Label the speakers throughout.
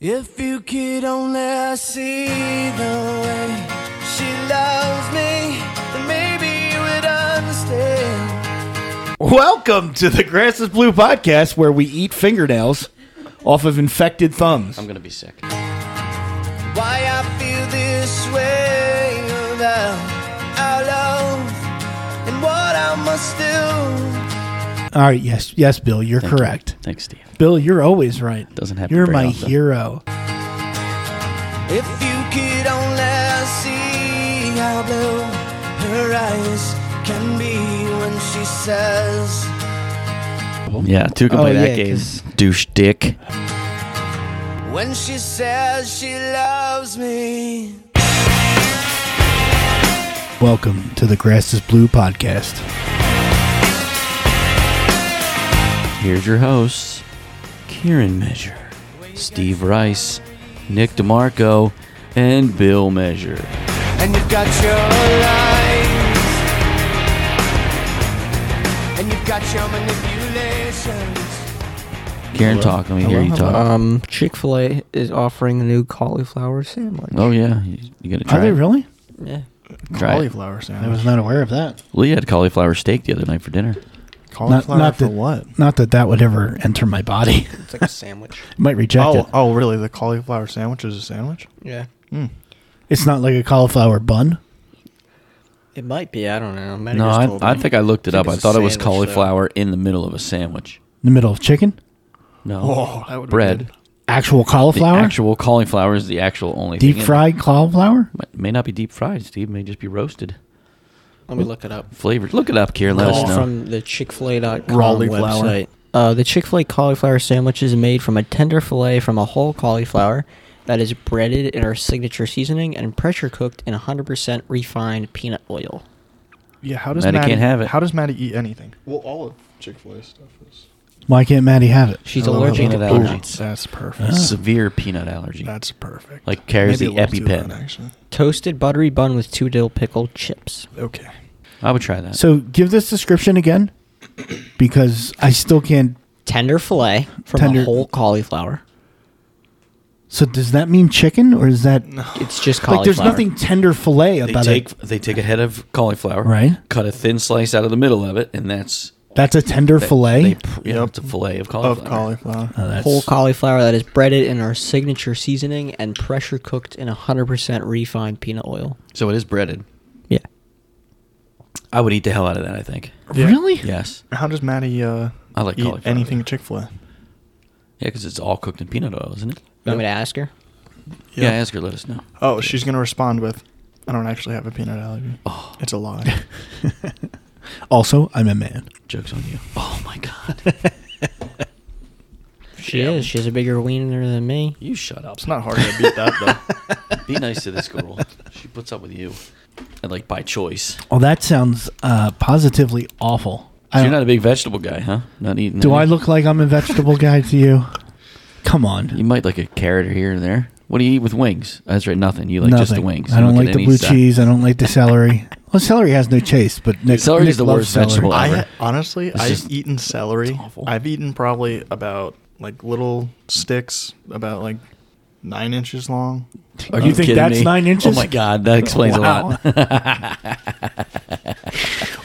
Speaker 1: If you could only see the way she loves me, then maybe you would understand.
Speaker 2: Welcome to the Grass is Blue podcast, where we eat fingernails off of infected thumbs.
Speaker 3: I'm gonna be sick.
Speaker 1: Why I feel this way about our love and what I must do.
Speaker 2: All right, yes, yes, Bill, you're correct.
Speaker 3: Thanks, Steve.
Speaker 2: Bill, you're always right.
Speaker 3: Doesn't happen
Speaker 2: You're
Speaker 3: very
Speaker 2: my
Speaker 3: often.
Speaker 2: hero.
Speaker 1: If you could only see how blue her eyes can be when she says.
Speaker 3: Yeah, two can
Speaker 2: Oh,
Speaker 3: play
Speaker 2: yeah,
Speaker 3: that game.
Speaker 2: 'cause-
Speaker 3: Douche dick.
Speaker 1: When she says she loves me.
Speaker 2: Welcome to the Grass is Blue podcast.
Speaker 3: Here's your hosts, Kieran Measure, Steve Rice, Nick DeMarco, and Bill Measure.
Speaker 1: And you've got your lies. And you've got your manipulations.
Speaker 3: Kieran, talk. Let me hear
Speaker 2: Hello,
Speaker 3: you
Speaker 2: hello.
Speaker 3: talk.
Speaker 4: Um, Chick Fil A is offering a new cauliflower sandwich.
Speaker 3: Oh yeah, you, you gonna try?
Speaker 2: Are they
Speaker 3: it?
Speaker 2: really?
Speaker 4: Yeah,
Speaker 3: Try it.
Speaker 5: cauliflower sandwich.
Speaker 2: I was not aware of that.
Speaker 3: Lee had cauliflower steak the other night for dinner.
Speaker 5: cauliflower
Speaker 2: not
Speaker 5: for
Speaker 2: that-
Speaker 5: what?
Speaker 2: Not that that would ever enter my body.
Speaker 4: it's like a sandwich.
Speaker 2: Might reject
Speaker 5: Oh,
Speaker 2: it.
Speaker 5: oh, really? The cauliflower sandwich is a sandwich?
Speaker 4: Yeah,
Speaker 2: It's not like a cauliflower bun.
Speaker 4: it might be. I don't know. Maddie
Speaker 3: No,
Speaker 4: just
Speaker 3: I,
Speaker 4: told
Speaker 3: I
Speaker 4: me.
Speaker 3: think I looked it
Speaker 4: I
Speaker 3: up.
Speaker 4: think
Speaker 3: I
Speaker 4: it's a
Speaker 3: thought it was
Speaker 4: sandwich, though.
Speaker 3: cauliflower in the middle of a sandwich.
Speaker 2: In the middle of chicken,
Speaker 3: No,
Speaker 5: Oh, that would be
Speaker 3: bread.
Speaker 5: good.
Speaker 2: actual
Speaker 3: The
Speaker 2: cauliflower,
Speaker 3: actual cauliflower is the actual only
Speaker 2: deep
Speaker 3: thing in-
Speaker 2: fried cauliflower.
Speaker 3: Might- May not be deep fried, Steve. May just be roasted,
Speaker 4: Let me look it up.
Speaker 3: flavored. Look it up, Kieran. Let us
Speaker 4: Call
Speaker 3: know.
Speaker 4: from the Chick Fil A.com
Speaker 5: Cauliflower.
Speaker 4: website. Uh, the Chick Fil A cauliflower sandwich is made from a tender fillet from a whole cauliflower that is breaded in our signature seasoning and pressure cooked in 100% refined peanut oil.
Speaker 5: Yeah, how does
Speaker 3: Maddie
Speaker 5: Maddie,
Speaker 3: can't have it.
Speaker 5: How does Maddie eat anything? Well, all of Chick Fil A stuff is.
Speaker 2: Why can't Maddie have it? Ah.
Speaker 4: She's
Speaker 5: I love
Speaker 4: allergic to
Speaker 3: peanut
Speaker 4: peanuts.
Speaker 3: allergy. allergies.
Speaker 5: That's perfect.
Speaker 3: severe peanut allergy.
Speaker 5: That's perfect.
Speaker 3: Like carries
Speaker 5: Maybe
Speaker 3: the
Speaker 5: we'll do that,
Speaker 3: EpiPen.
Speaker 5: actually.
Speaker 4: Toasted buttery bun with two dill pickle chips.
Speaker 5: Okay.
Speaker 3: I would try that.
Speaker 2: So give this description again, because I still can't.
Speaker 4: Tender fillet from
Speaker 2: Tender-
Speaker 4: a whole cauliflower.
Speaker 2: So does that mean chicken, or is that
Speaker 4: It's just cauliflower.
Speaker 2: like there's nothing tender fillet
Speaker 3: they
Speaker 2: about
Speaker 3: take
Speaker 2: it?
Speaker 3: they take a head of cauliflower,
Speaker 2: Right.
Speaker 3: Cut a thin slice out of the middle of it, and that's
Speaker 2: That's a tender
Speaker 3: that-
Speaker 2: fillet.
Speaker 3: They, pr- yeah,
Speaker 5: Yep.
Speaker 3: it's a fillet of cauliflower. Uh,
Speaker 5: Of cauliflower.
Speaker 2: Oh, that's-
Speaker 4: whole cauliflower that is breaded in our signature seasoning and pressure cooked in 100% refined peanut oil.
Speaker 3: So it is breaded.
Speaker 4: Yeah.
Speaker 3: I would eat the hell out of that. I think.
Speaker 5: Yeah.
Speaker 2: Really?
Speaker 3: Yes.
Speaker 5: How does Maddie uh,
Speaker 3: I like
Speaker 5: eat
Speaker 3: cauliflower.
Speaker 5: anything Chick Fil A?
Speaker 3: Yeah, because it's all cooked in peanut oil, isn't it?
Speaker 4: You want me to ask her?
Speaker 3: Yeah. Ask her. Let us know.
Speaker 5: Oh, she's gonna respond with, "I don't actually have a peanut allergy.
Speaker 3: Oh.
Speaker 5: It's a lie."
Speaker 2: Also, I'm a man.
Speaker 3: Jokes on you. Oh my god.
Speaker 4: She is. She has a bigger wiener than me.
Speaker 3: You shut up.
Speaker 5: it's not hard to beat that though.
Speaker 3: Be nice to this girl. She puts up with you, and like by choice.
Speaker 2: Well, Oh, that sounds uh, positively awful. I
Speaker 3: So you're
Speaker 2: don't-
Speaker 3: not a big vegetable guy, huh? Not eating.
Speaker 2: do
Speaker 3: any?
Speaker 2: I look like I'm a vegetable guy to you? Come on.
Speaker 3: You might like a carrot here and there. What do you eat with wings? That's right, nothing. You like just the
Speaker 2: Nothing.
Speaker 3: wings.
Speaker 2: I
Speaker 3: You
Speaker 2: don't,
Speaker 3: get
Speaker 2: like the
Speaker 3: any
Speaker 2: blue
Speaker 3: side.
Speaker 2: cheese. I don't like the celery. Well, celery has no taste, but Nick,
Speaker 3: Celery
Speaker 2: Nick
Speaker 3: is the
Speaker 2: loves
Speaker 3: worst
Speaker 2: celery.
Speaker 3: vegetable
Speaker 5: I
Speaker 3: ever.
Speaker 5: ha- honestly,
Speaker 3: It's
Speaker 5: I've
Speaker 3: just-
Speaker 5: eaten celery.
Speaker 3: it's awful.
Speaker 5: I've eaten probably about like little sticks, about like nine inches long.
Speaker 3: Are
Speaker 2: You think
Speaker 3: kidding
Speaker 2: that's
Speaker 3: me?
Speaker 2: nine inches?
Speaker 3: Oh my god, that explains a lot.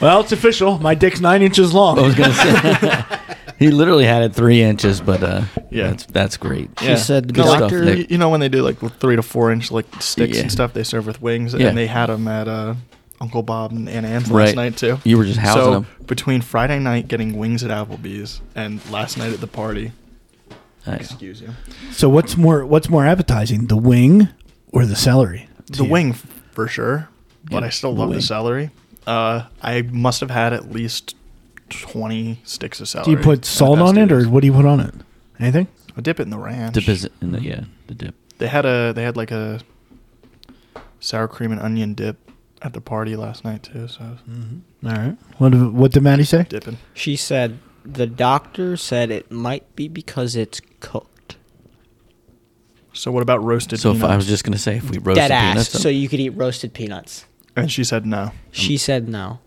Speaker 2: well, it's official. My dick's nine inches long.
Speaker 3: I was gonna say he literally had it three inches, but uh,
Speaker 5: Yeah.
Speaker 3: that's that's great.
Speaker 4: She said the
Speaker 3: Good stuff,
Speaker 4: doctor.
Speaker 3: Nick.
Speaker 5: You, you know when they do like the three to four inch like sticks
Speaker 3: Yeah.
Speaker 5: and stuff they serve with wings,
Speaker 3: Yeah.
Speaker 5: and they had them at uh, Uncle Bob and Aunt Anne's
Speaker 3: Right.
Speaker 5: last night too.
Speaker 3: You were just housing
Speaker 5: so
Speaker 3: 'em.
Speaker 5: between Friday night getting wings at Applebee's and last night at the party.
Speaker 3: Nice.
Speaker 5: Excuse you.
Speaker 2: So what's more what's more appetizing, the wing or the celery? to
Speaker 5: The
Speaker 2: you?
Speaker 5: wing f- for sure, but
Speaker 3: Yeah,
Speaker 5: I still
Speaker 3: the
Speaker 5: love
Speaker 3: wing.
Speaker 5: the celery. Uh, I must have had at least twenty sticks of celery.
Speaker 2: Do you
Speaker 5: in
Speaker 2: put
Speaker 5: the
Speaker 2: salt
Speaker 5: past
Speaker 2: on
Speaker 5: two
Speaker 2: it, or
Speaker 5: days.
Speaker 2: what do you put on it? Anything?
Speaker 5: I dip it in the ranch?
Speaker 3: Dip is in the yeah the dip.
Speaker 5: They had a they had like a sour cream and onion dip at the party last night too. So I was
Speaker 2: Mm-hmm. All right. What did- what did Maddie say?
Speaker 5: dipping.
Speaker 4: She said the doctor said it might be because it's cooked.
Speaker 5: So what about roasted?
Speaker 3: So if I
Speaker 5: peanuts?
Speaker 3: was just gonna say if we roasted
Speaker 4: Dead ass.
Speaker 3: peanuts,
Speaker 4: So you could eat roasted
Speaker 2: Um,
Speaker 4: peanuts.
Speaker 5: and she said no.
Speaker 4: She said no.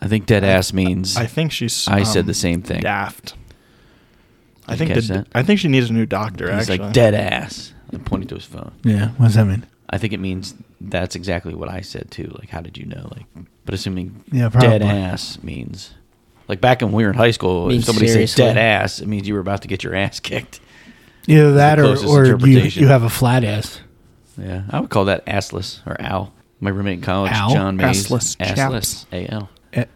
Speaker 3: I think dead ass means
Speaker 5: I think she's.
Speaker 3: I said
Speaker 5: um,
Speaker 3: the same thing.
Speaker 5: Daft. I
Speaker 3: Did you
Speaker 5: think
Speaker 3: catch
Speaker 5: the,
Speaker 3: that?
Speaker 5: I think she needs a new doctor.
Speaker 3: He's
Speaker 5: actually,
Speaker 3: like dead ass. and pointing to his phone.
Speaker 2: Yeah. What does that mean?
Speaker 3: I think it means that's exactly what I said too. Like, how did you know? Like, but assuming
Speaker 2: Yeah,
Speaker 3: dead
Speaker 2: probably.
Speaker 3: aans means like back when we were in high school, if
Speaker 4: Means
Speaker 3: somebody
Speaker 4: seriously.
Speaker 3: said dead ass, it means you were about to get your ass kicked.
Speaker 2: Either that or,
Speaker 3: closest
Speaker 2: or you,
Speaker 3: interpretation.
Speaker 2: you have a flat ass.
Speaker 3: Yeah, I would call that assless or ow. My roommate in college,
Speaker 2: Ow?
Speaker 3: John Mays,
Speaker 5: Assless chaps.
Speaker 3: assless, A L.
Speaker 2: Eh.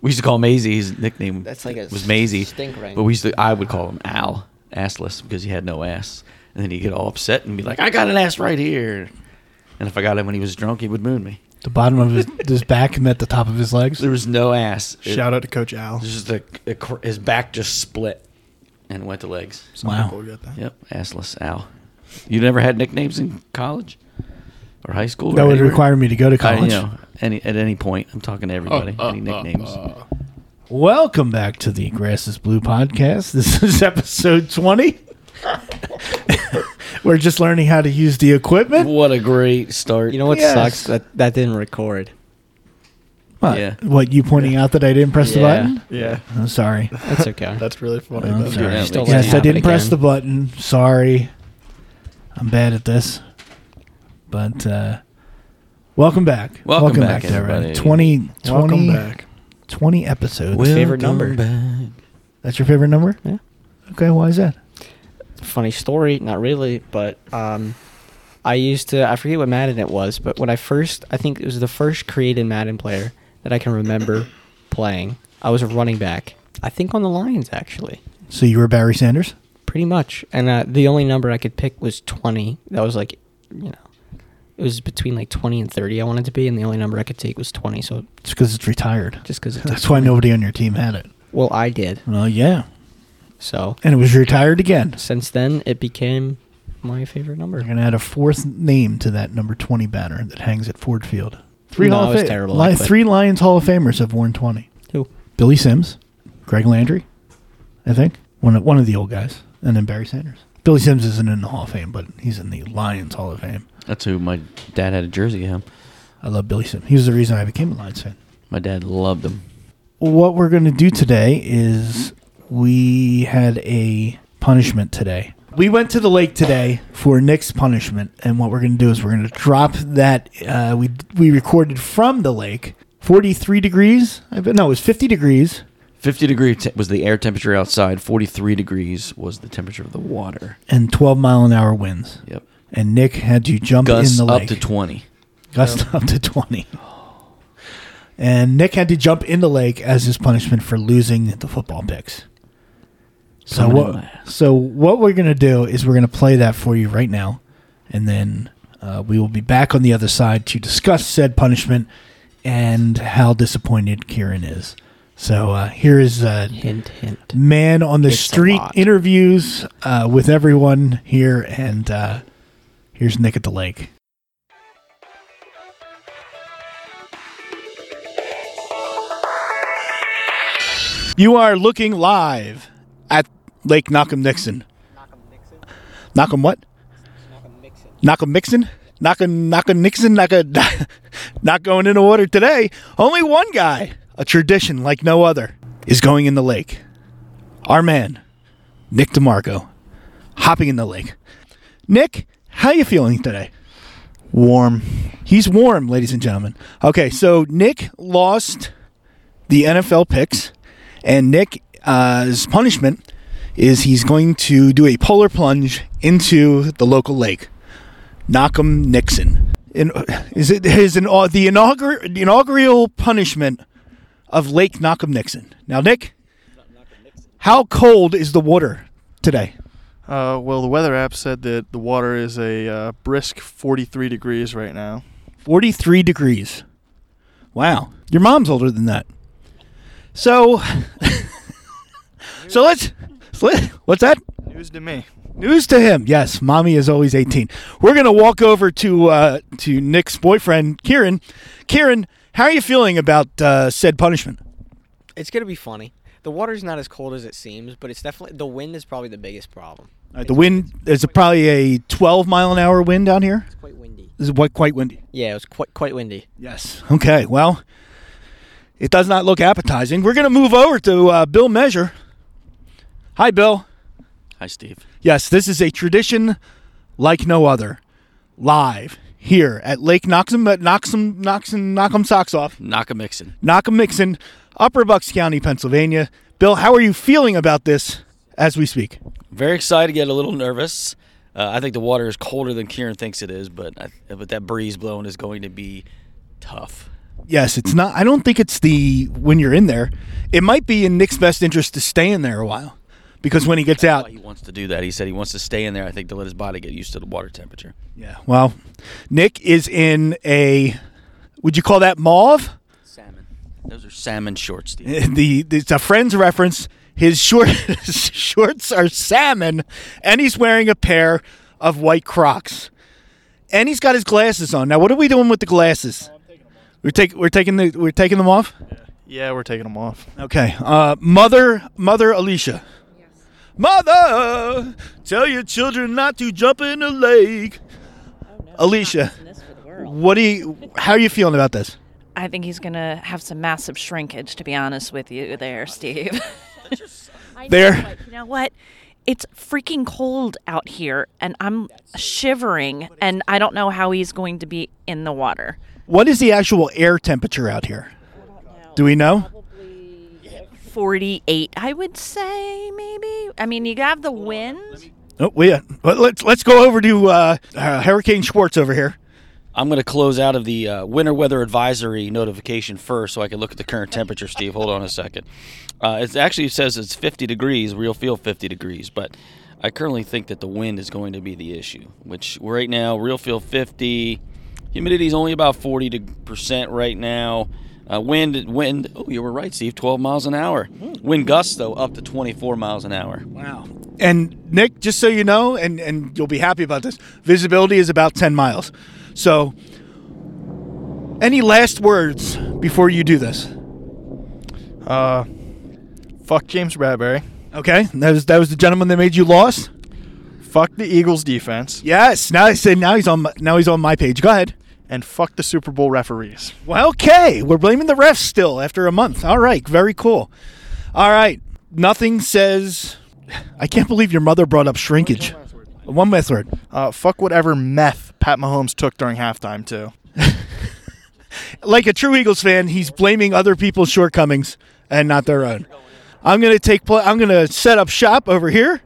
Speaker 3: We used to call Maisie his nickname.
Speaker 4: That's like a
Speaker 3: was Maisie.
Speaker 4: stink ring.
Speaker 3: But we used to, I would call him Al, assless, because he had no ass. And then he'd get all upset and be like, "I got an ass right here." And if I got him when he was drunk, he would moon me.
Speaker 2: The bottom of his, his back met the top of his legs.
Speaker 3: There was no ass. It-
Speaker 5: Shout out to Coach Al.
Speaker 3: This is the the cr- his back just split and went to legs.
Speaker 5: Some
Speaker 2: Wow.
Speaker 5: people get that.
Speaker 3: Yep, assless Al. You never had nicknames in college or high school?
Speaker 2: That
Speaker 3: or
Speaker 2: would
Speaker 3: anywhere?
Speaker 2: require me to go to
Speaker 3: I, you
Speaker 2: college.
Speaker 3: know, any at any point, I'm talking to everybody.
Speaker 4: Uh,
Speaker 3: any nicknames?
Speaker 2: Welcome back to the Grass is Blue podcast. This is episode 20. We're just learning how to use the equipment.
Speaker 3: what a great start!
Speaker 4: You know what
Speaker 2: Yes.
Speaker 4: sucks? That that didn't record.
Speaker 2: What,
Speaker 3: Yeah.
Speaker 2: what you pointing out that I didn't press the
Speaker 4: Yeah.
Speaker 2: button?
Speaker 5: Yeah,
Speaker 2: I'm sorry.
Speaker 4: That's okay.
Speaker 5: that's really funny.
Speaker 2: I'm
Speaker 5: though.
Speaker 2: sorry.
Speaker 3: Yeah,
Speaker 4: Still
Speaker 3: like-
Speaker 4: let it
Speaker 2: yes, I didn't
Speaker 4: happen
Speaker 2: press the
Speaker 4: again.
Speaker 2: button. Sorry. I'm bad at this. But uh welcome back.
Speaker 3: Welcome back,
Speaker 2: to everybody.
Speaker 3: everybody.
Speaker 2: 20, 20,
Speaker 5: Welcome back.
Speaker 2: 20 episodes.
Speaker 4: favorite number?
Speaker 2: That's your favorite number?
Speaker 4: Yeah.
Speaker 2: Okay, why is that?
Speaker 4: funny story, not really, but um, I used to I forget what Madden it was, but when I first I think it was the first created Madden player that I can remember playing. I was a running back. I think on the Lions actually,
Speaker 2: So you were Barry Sanders?
Speaker 4: pretty much. And uh, the only number I could pick was twenty. That was like, you know, it was between like twenty and thirty. I wanted to be, and the only number I could take was twenty. So
Speaker 2: It's because it's retired.
Speaker 4: just because it
Speaker 2: That's why nobody on your team had it.
Speaker 4: well, I did.
Speaker 2: Well, yeah.
Speaker 4: So
Speaker 2: And it was retired again.
Speaker 4: since then, it became my favorite number.
Speaker 2: We're going to add a fourth name to that number 20 banner that hangs at Ford Field. Three,
Speaker 4: No,
Speaker 2: Hall
Speaker 4: it
Speaker 2: of
Speaker 4: was
Speaker 2: Fa-
Speaker 4: terrible.
Speaker 2: Li-
Speaker 4: I quit.
Speaker 2: three Lions Hall of Famers have worn 20.
Speaker 4: Who?
Speaker 2: Billy Sims, Greg Landry, I think. One of, one of the old guys. And then Barry Sanders. Billy Sims isn't in the Hall of Fame, but he's in the Lions Hall of Fame.
Speaker 3: That's who my dad had a jersey of him.
Speaker 2: I love Billy Sims. He was the reason I became a Lions fan.
Speaker 3: My dad loved him.
Speaker 2: what we're going to do today is we had a punishment today. We went to the lake today for Nick's punishment, and what we're going to do is we're going to drop that. Uh, we we recorded from the lake, forty three degrees. I bet no, it was fifty degrees.
Speaker 3: 50 degree te- was the air temperature outside. 43 degrees was the temperature of the water.
Speaker 2: And twelve mile an hour winds.
Speaker 3: Yep,
Speaker 2: And Nick had to jump in
Speaker 3: gusts
Speaker 2: the
Speaker 3: up
Speaker 2: lake.
Speaker 3: to 20.
Speaker 2: gust up to twenty. And Nick had to jump in the lake as his punishment for losing the football picks. So
Speaker 3: Coming in
Speaker 2: what?
Speaker 3: last.
Speaker 2: So what we're gonna do is we're gonna play that for you right now, and then uh, we will be back on the other side to discuss said punishment and how disappointed Kieran is. So uh, here is uh,
Speaker 4: Hint, hint.
Speaker 2: man on the
Speaker 4: It's a
Speaker 2: street
Speaker 4: lot.
Speaker 2: interviews uh, with everyone here, and uh, here's Nick at the lake. You are looking live at Lake Knockham Nixon. Knockham what? Knockham Nixon. Knockham Knockham Nixon. Knockham. Not going in the water today. Only one guy, a tradition like no other, is going in the lake. Our man, Nick DeMarco, hopping in the lake. Nick, how you feeling today?
Speaker 5: Warm.
Speaker 2: He's warm, ladies and gentlemen. Okay, so Nick lost the NFL picks, and Nick's punishment is he's going to do a polar plunge into the local lake, Knockham Nixon. In, is it is an au- the inaugural the inaugural punishment of Lake Knockham Nixon? Now, Nick, how cold is the water today?
Speaker 5: Uh, well, the weather app said that the water is a uh, brisk 43 degrees right now.
Speaker 2: Forty three degrees. Wow, your mom's older than that. So, so let's, let, what's that?
Speaker 5: News to me.
Speaker 2: News to him. Yes, mommy is always 18. We're gonna walk over to uh, to Nick's boyfriend, Kieran. Kieran, how are you feeling about uh, said punishment?
Speaker 4: It's gonna be funny. The water's not as cold as it seems, but it's definitely the wind is probably the biggest problem.
Speaker 2: All right, Uh, the wind is probably a 12 mile an hour wind down here.
Speaker 4: It's quite windy.
Speaker 2: This is what quite windy.
Speaker 4: Yeah, it was quite quite windy.
Speaker 2: Yes. Okay. Well, it does not look appetizing. We're gonna move over to uh, Bill Measure. Hi, Bill.
Speaker 3: Hi, Steve.
Speaker 2: Yes, this is a tradition like no other. Live here at Lake Knoxum, at Knoxum, Knoxum, Knock'em Socks Off,
Speaker 3: Knock a mixin.
Speaker 2: Knock'em Mixon, Upper Bucks County, Pennsylvania. Bill, how are you feeling about this as we speak?
Speaker 3: Very excited, yet a little nervous. Uh, I think the water is colder than Kieran thinks it is, but I, but that breeze blowing is going to be tough.
Speaker 2: Yes, it's not. I don't think it's the when you're in there. It might be in Nick's best interest to stay in there a while because when he gets out,
Speaker 3: Why he wants to do that? He said he wants to stay in there. I think to let his body get used to the water temperature.
Speaker 2: Yeah. Well, Nick is in a. Would you call that mauve?
Speaker 3: Salmon. Those are salmon shorts, Steve.
Speaker 2: The it's a friend's reference. His short his shorts are salmon, and he's wearing a pair of white Crocs, and he's got his glasses on. Now, what are we doing with the glasses? We're taking we're taking the we're taking them off.
Speaker 5: Yeah, we're taking them off.
Speaker 2: Okay. Uh, mother, mother Alicia. Mother, tell your children not to jump in the lake. Alicia, what do you? How are you feeling about this?
Speaker 6: I think he's gonna have some massive shrinkage. To be honest with you, there, Steve.
Speaker 2: There.
Speaker 6: you know what? It's freaking cold out here, and I'm shivering, and I don't know how he's going to be in the water.
Speaker 2: What is the actual air temperature out here? Do we know?
Speaker 6: 48, I would say, maybe. I mean, you have the wind.
Speaker 2: Oh, we. Uh, let- let's let's go over to uh, uh, Hurricane Schwartz over here.
Speaker 3: I'm going to close out of the uh, winter weather advisory notification first so I can look at the current temperature, Steve. Hold on a second. Uh, it actually says it's 50 degrees. We'll feel 50 degrees, but I currently think that the wind is going to be the issue, which right now, real feel 50. Humidity is only about 40% right now. Uh, wind, wind. Oh, you were right, Steve. 12 miles an hour. Wind gusts, though, up to 24 miles an hour.
Speaker 2: Wow. And Nick, just so you know, and and you'll be happy about this. Visibility is about ten miles. So, any last words before you do this?
Speaker 5: Uh, fuck James Bradbury.
Speaker 2: Okay, that was that was the gentleman that made you lost.
Speaker 5: Fuck the Eagles defense.
Speaker 2: Yes. Now I said now he's on my, now he's on my page. Go ahead.
Speaker 5: And fuck the Super Bowl referees.
Speaker 2: Well, okay, we're blaming the refs still after a month. All right, very cool. All right, nothing says. I can't believe your mother brought up shrinkage. One last word.
Speaker 5: Uh, fuck whatever meth Pat Mahomes took during halftime too.
Speaker 2: Like a true Eagles fan, he's blaming other people's shortcomings and not their own. I'm gonna take. Pl- I'm gonna set up shop over here,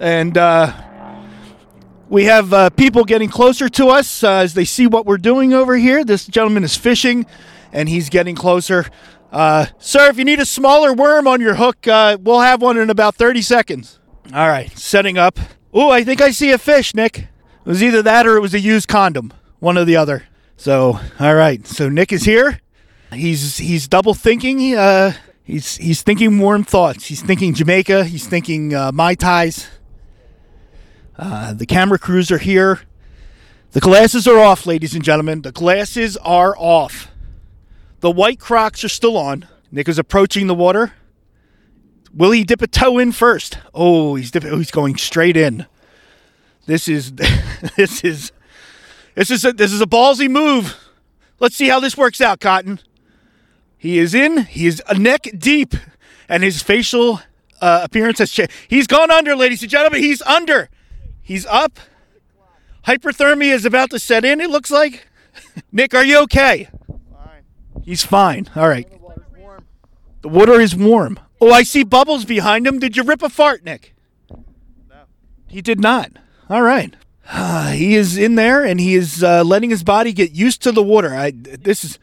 Speaker 2: and uh, we have uh, people getting closer to us uh, as they see what we're doing over here. This gentleman is fishing, and he's getting closer. Uh, sir, if you need a smaller worm on your hook, uh, we'll have one in about 30 seconds. All right, setting up. Oh, I think I see a fish, Nick. It was either that or it was a used condom, one or the other. So, all right. So Nick is here. He's he's double thinking. Uh, he's he's thinking warm thoughts. He's thinking Jamaica. He's thinking uh, mai tais. Uh, the camera crews are here. The glasses are off, ladies and gentlemen. The glasses are off. The white Crocs are still on. Nick is approaching the water. Will he dip a toe in first? Oh, he's dip- oh, he's going straight in. This is this is this is a, this is a ballsy move. Let's see how this works out, Cotton. He is in. He is neck deep, and his facial uh, appearance has changed. He's gone under, ladies and gentlemen. He's under. He's up. Hyperthermia is about to set in. It looks like. Nick, are you okay? He's fine. All right. The water is warm. Oh, I see bubbles behind him. Did you rip a fart, Nick? No. He did not. All right. Uh, he is in there and he is uh, letting his body get used to the water. I, this is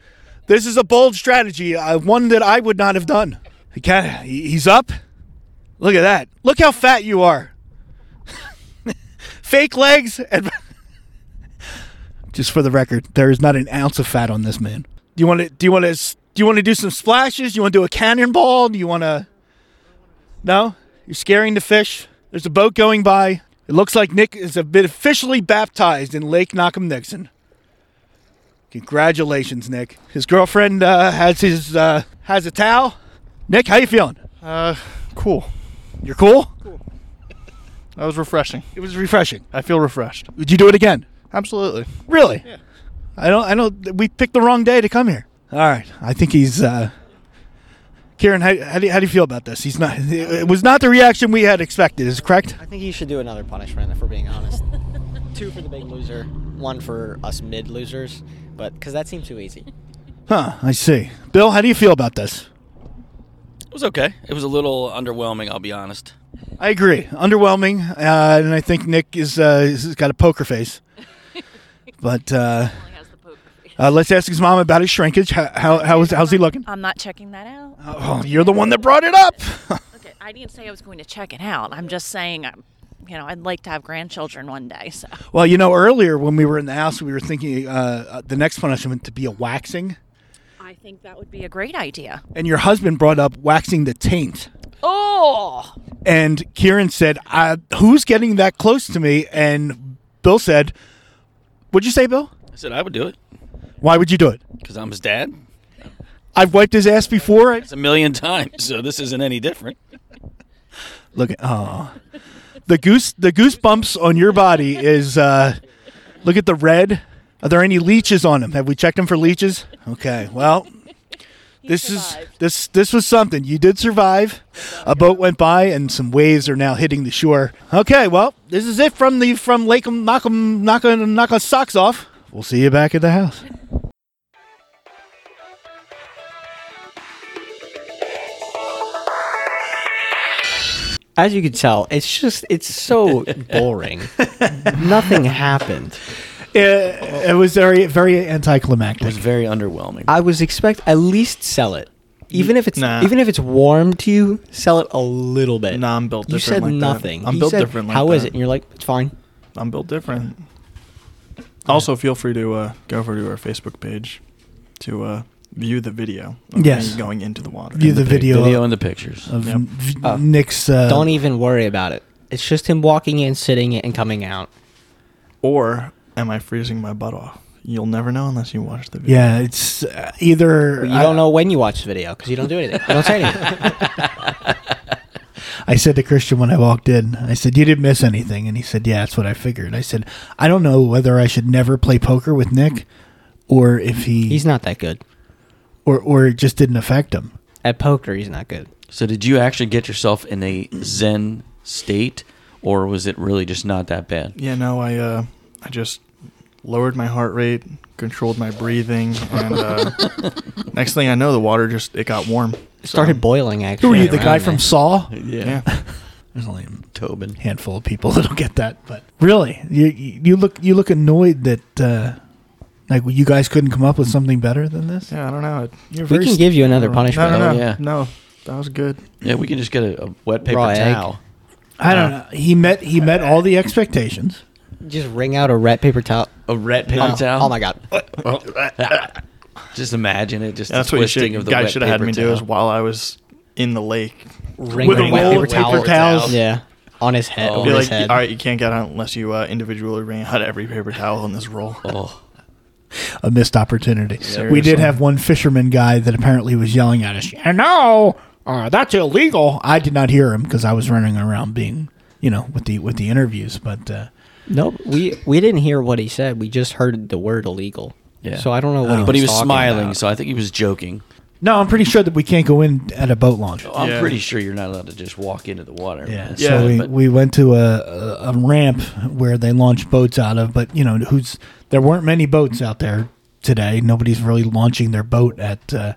Speaker 2: this is a bold strategy, uh, one that I would not have done. He can't, he- he's up. Look at that. Look how fat you are. Fake legs and just for the record, there is not an ounce of fat on this man. Do you want to? Do you want to? Do you want to do some splashes? Do you want to do a cannonball? Do you want to? No, you're scaring the fish. There's a boat going by. It looks like Nick is a bit officially baptized in Lake Knockham Nixon. Congratulations, Nick. His girlfriend uh, has his uh, has a towel. Nick, how you feeling?
Speaker 5: Uh, cool.
Speaker 2: You're cool.
Speaker 5: That was refreshing.
Speaker 2: It was refreshing.
Speaker 5: I feel refreshed.
Speaker 2: Would you do it again?
Speaker 5: Absolutely.
Speaker 2: Really? Yeah. I don't. I don't. We picked the wrong day to come here. All right. I think he's. Uh, Kieran, how, how, do, you- how do you feel about this? He's not. It was not the reaction we had expected. Is correct?
Speaker 4: I think you should do another punishment, if we're being honest. Two for the big loser, one for us mid losers, but because that seemed too easy.
Speaker 2: Huh. I see. Bill, how do you feel about this?
Speaker 3: It was okay. It was a little underwhelming, I'll be honest.
Speaker 2: I agree. Underwhelming, uh, and I think Nick is uh, has got a poker face. But uh, uh, let's ask his mom about his shrinkage. How, how, how is, how's he looking?
Speaker 6: Uh, I'm not checking that out.
Speaker 2: Oh, you're the one that brought it up.
Speaker 6: Okay, I didn't say I was going to check it out. I'm just saying, I'm, you know, I'd like to have grandchildren one day. So
Speaker 2: well, you know, earlier when we were in the house, we were thinking uh, the next punishment to be a waxing,
Speaker 6: I think that would be a great idea.
Speaker 2: and your husband brought up waxing the taint.
Speaker 6: Oh,
Speaker 2: And Kieran said, uh, "Who's getting that close to me?" And Bill said, "What'd you say, Bill?
Speaker 3: I said I would do it
Speaker 2: Why would you do it?
Speaker 3: because I'm his dad.
Speaker 2: I've wiped his ass before. I-
Speaker 3: It's a million times, so this isn't any different.
Speaker 2: Look at oh, the goose. The goosebumps on your body is. Uh, look at the red. Are there any leeches on him? Have we checked him for leeches? Okay. Well, this is this this was something. You did survive. A boat went by, and some waves are now hitting the shore. Okay. Well, this is it from the from Lake Knockum Knock Knock us socks off. We'll see you back at the house.
Speaker 4: As you can tell, it's just it's so boring. Nothing happened.
Speaker 2: It, it was very very
Speaker 3: It was
Speaker 2: anticlimactic.
Speaker 3: very underwhelming.
Speaker 4: I was expect at least sell it, even if it's
Speaker 5: Nah.
Speaker 4: even if it's warm to you, sell it a little bit.
Speaker 5: Nah, I'm built
Speaker 4: You
Speaker 5: different
Speaker 4: said
Speaker 5: like that.
Speaker 4: nothing.
Speaker 5: I'm
Speaker 4: He
Speaker 5: built
Speaker 4: said,
Speaker 5: different like
Speaker 4: "How is
Speaker 5: that."
Speaker 4: it? And you're like, it's fine.
Speaker 5: I'm built different. Also, feel free to uh, go over to our Facebook page to uh, view the video. Of
Speaker 2: Yes.
Speaker 5: me going into the water.
Speaker 2: View
Speaker 5: in
Speaker 2: the
Speaker 5: pig.
Speaker 2: video,
Speaker 3: Video and the pictures.
Speaker 2: of
Speaker 5: Yep.
Speaker 2: v-
Speaker 4: Oh.
Speaker 2: Nick's. Uh,
Speaker 4: Don't even worry about it. It's just him walking in, sitting in, and coming out.
Speaker 5: Or am I freezing my butt off? You'll never know unless you watch the video.
Speaker 2: Yeah, it's uh, either.
Speaker 4: But you
Speaker 2: I-
Speaker 4: don't know when you watch the video because you don't do anything. You don't say anything.
Speaker 2: I said to Christian when I walked in, I said, You didn't miss anything. And he said, Yeah, that's what I figured. I said, I don't know whether I should never play poker with Nick or if he
Speaker 4: He's not that good
Speaker 2: or, or it just didn't affect him.
Speaker 4: at poker. He's not good.
Speaker 3: So, did you actually get yourself in a Zen state, or was it really just not that bad?
Speaker 5: Yeah, no, I uh, I just lowered my heart rate, controlled my breathing, and uh, next thing I know, the water just it got warm.
Speaker 4: It started boiling actually.
Speaker 2: Who are you, the
Speaker 4: around
Speaker 2: guy
Speaker 4: there.
Speaker 2: from Saw?
Speaker 5: Yeah.
Speaker 2: There's only a
Speaker 3: Tobin.
Speaker 2: handful of people that'll get that, but really, you you look you look annoyed that uh, like you guys couldn't come up with something better than this.
Speaker 5: Yeah, I don't know. It,
Speaker 2: You're
Speaker 4: We can give you another punishment.
Speaker 5: No, no,
Speaker 3: Oh,
Speaker 5: no,
Speaker 3: yeah.
Speaker 5: no. That was good.
Speaker 3: Yeah, we can just get a, a wet paper
Speaker 4: Raw egg.
Speaker 3: towel.
Speaker 2: I don't know. He met he met all the expectations.
Speaker 4: Just wring out a red paper towel.
Speaker 3: A red paper
Speaker 4: Oh,
Speaker 3: towel.
Speaker 4: oh my god!
Speaker 3: Just imagine it. Just
Speaker 5: That's
Speaker 3: the
Speaker 5: what you
Speaker 3: twisting
Speaker 5: should,
Speaker 3: of the
Speaker 5: guys
Speaker 3: wet
Speaker 5: should have had
Speaker 3: paper
Speaker 5: me do
Speaker 3: towel.
Speaker 5: is while I was in the lake.
Speaker 4: Wring
Speaker 2: With
Speaker 4: a
Speaker 2: a
Speaker 4: wet
Speaker 2: roll
Speaker 4: paper
Speaker 2: of paper
Speaker 4: towel.
Speaker 2: towels.
Speaker 4: Yeah, on his head.
Speaker 3: Oh.
Speaker 4: on
Speaker 5: Be
Speaker 4: his
Speaker 5: like,
Speaker 4: head.
Speaker 5: all right, you can't get out unless you uh, individually wring out every paper towel in this roll.
Speaker 3: Oh,
Speaker 2: a missed opportunity.
Speaker 5: Seriously.
Speaker 2: We did have one fisherman guy that apparently was yelling at us, and no, uh, that's illegal. I did not hear him because I was running around being, you know, with the with the interviews. But uh,
Speaker 4: No, we we didn't hear what he said. We just heard the word illegal.
Speaker 3: Yeah.
Speaker 4: So I don't know what. he
Speaker 3: but he was
Speaker 4: talking
Speaker 3: smiling,
Speaker 4: about.
Speaker 3: so I think he was joking.
Speaker 2: no, I'm pretty sure that we can't go in at a boat launch.
Speaker 3: I'm
Speaker 5: Yeah.
Speaker 3: pretty sure you're not allowed to just walk into the water.
Speaker 2: Yeah,
Speaker 5: Yeah,
Speaker 2: so we,
Speaker 3: but-
Speaker 2: we went to a, a, a ramp where they launch boats out of, but you know, who's there weren't many boats out there today. Nobody's really launching their boat at uh,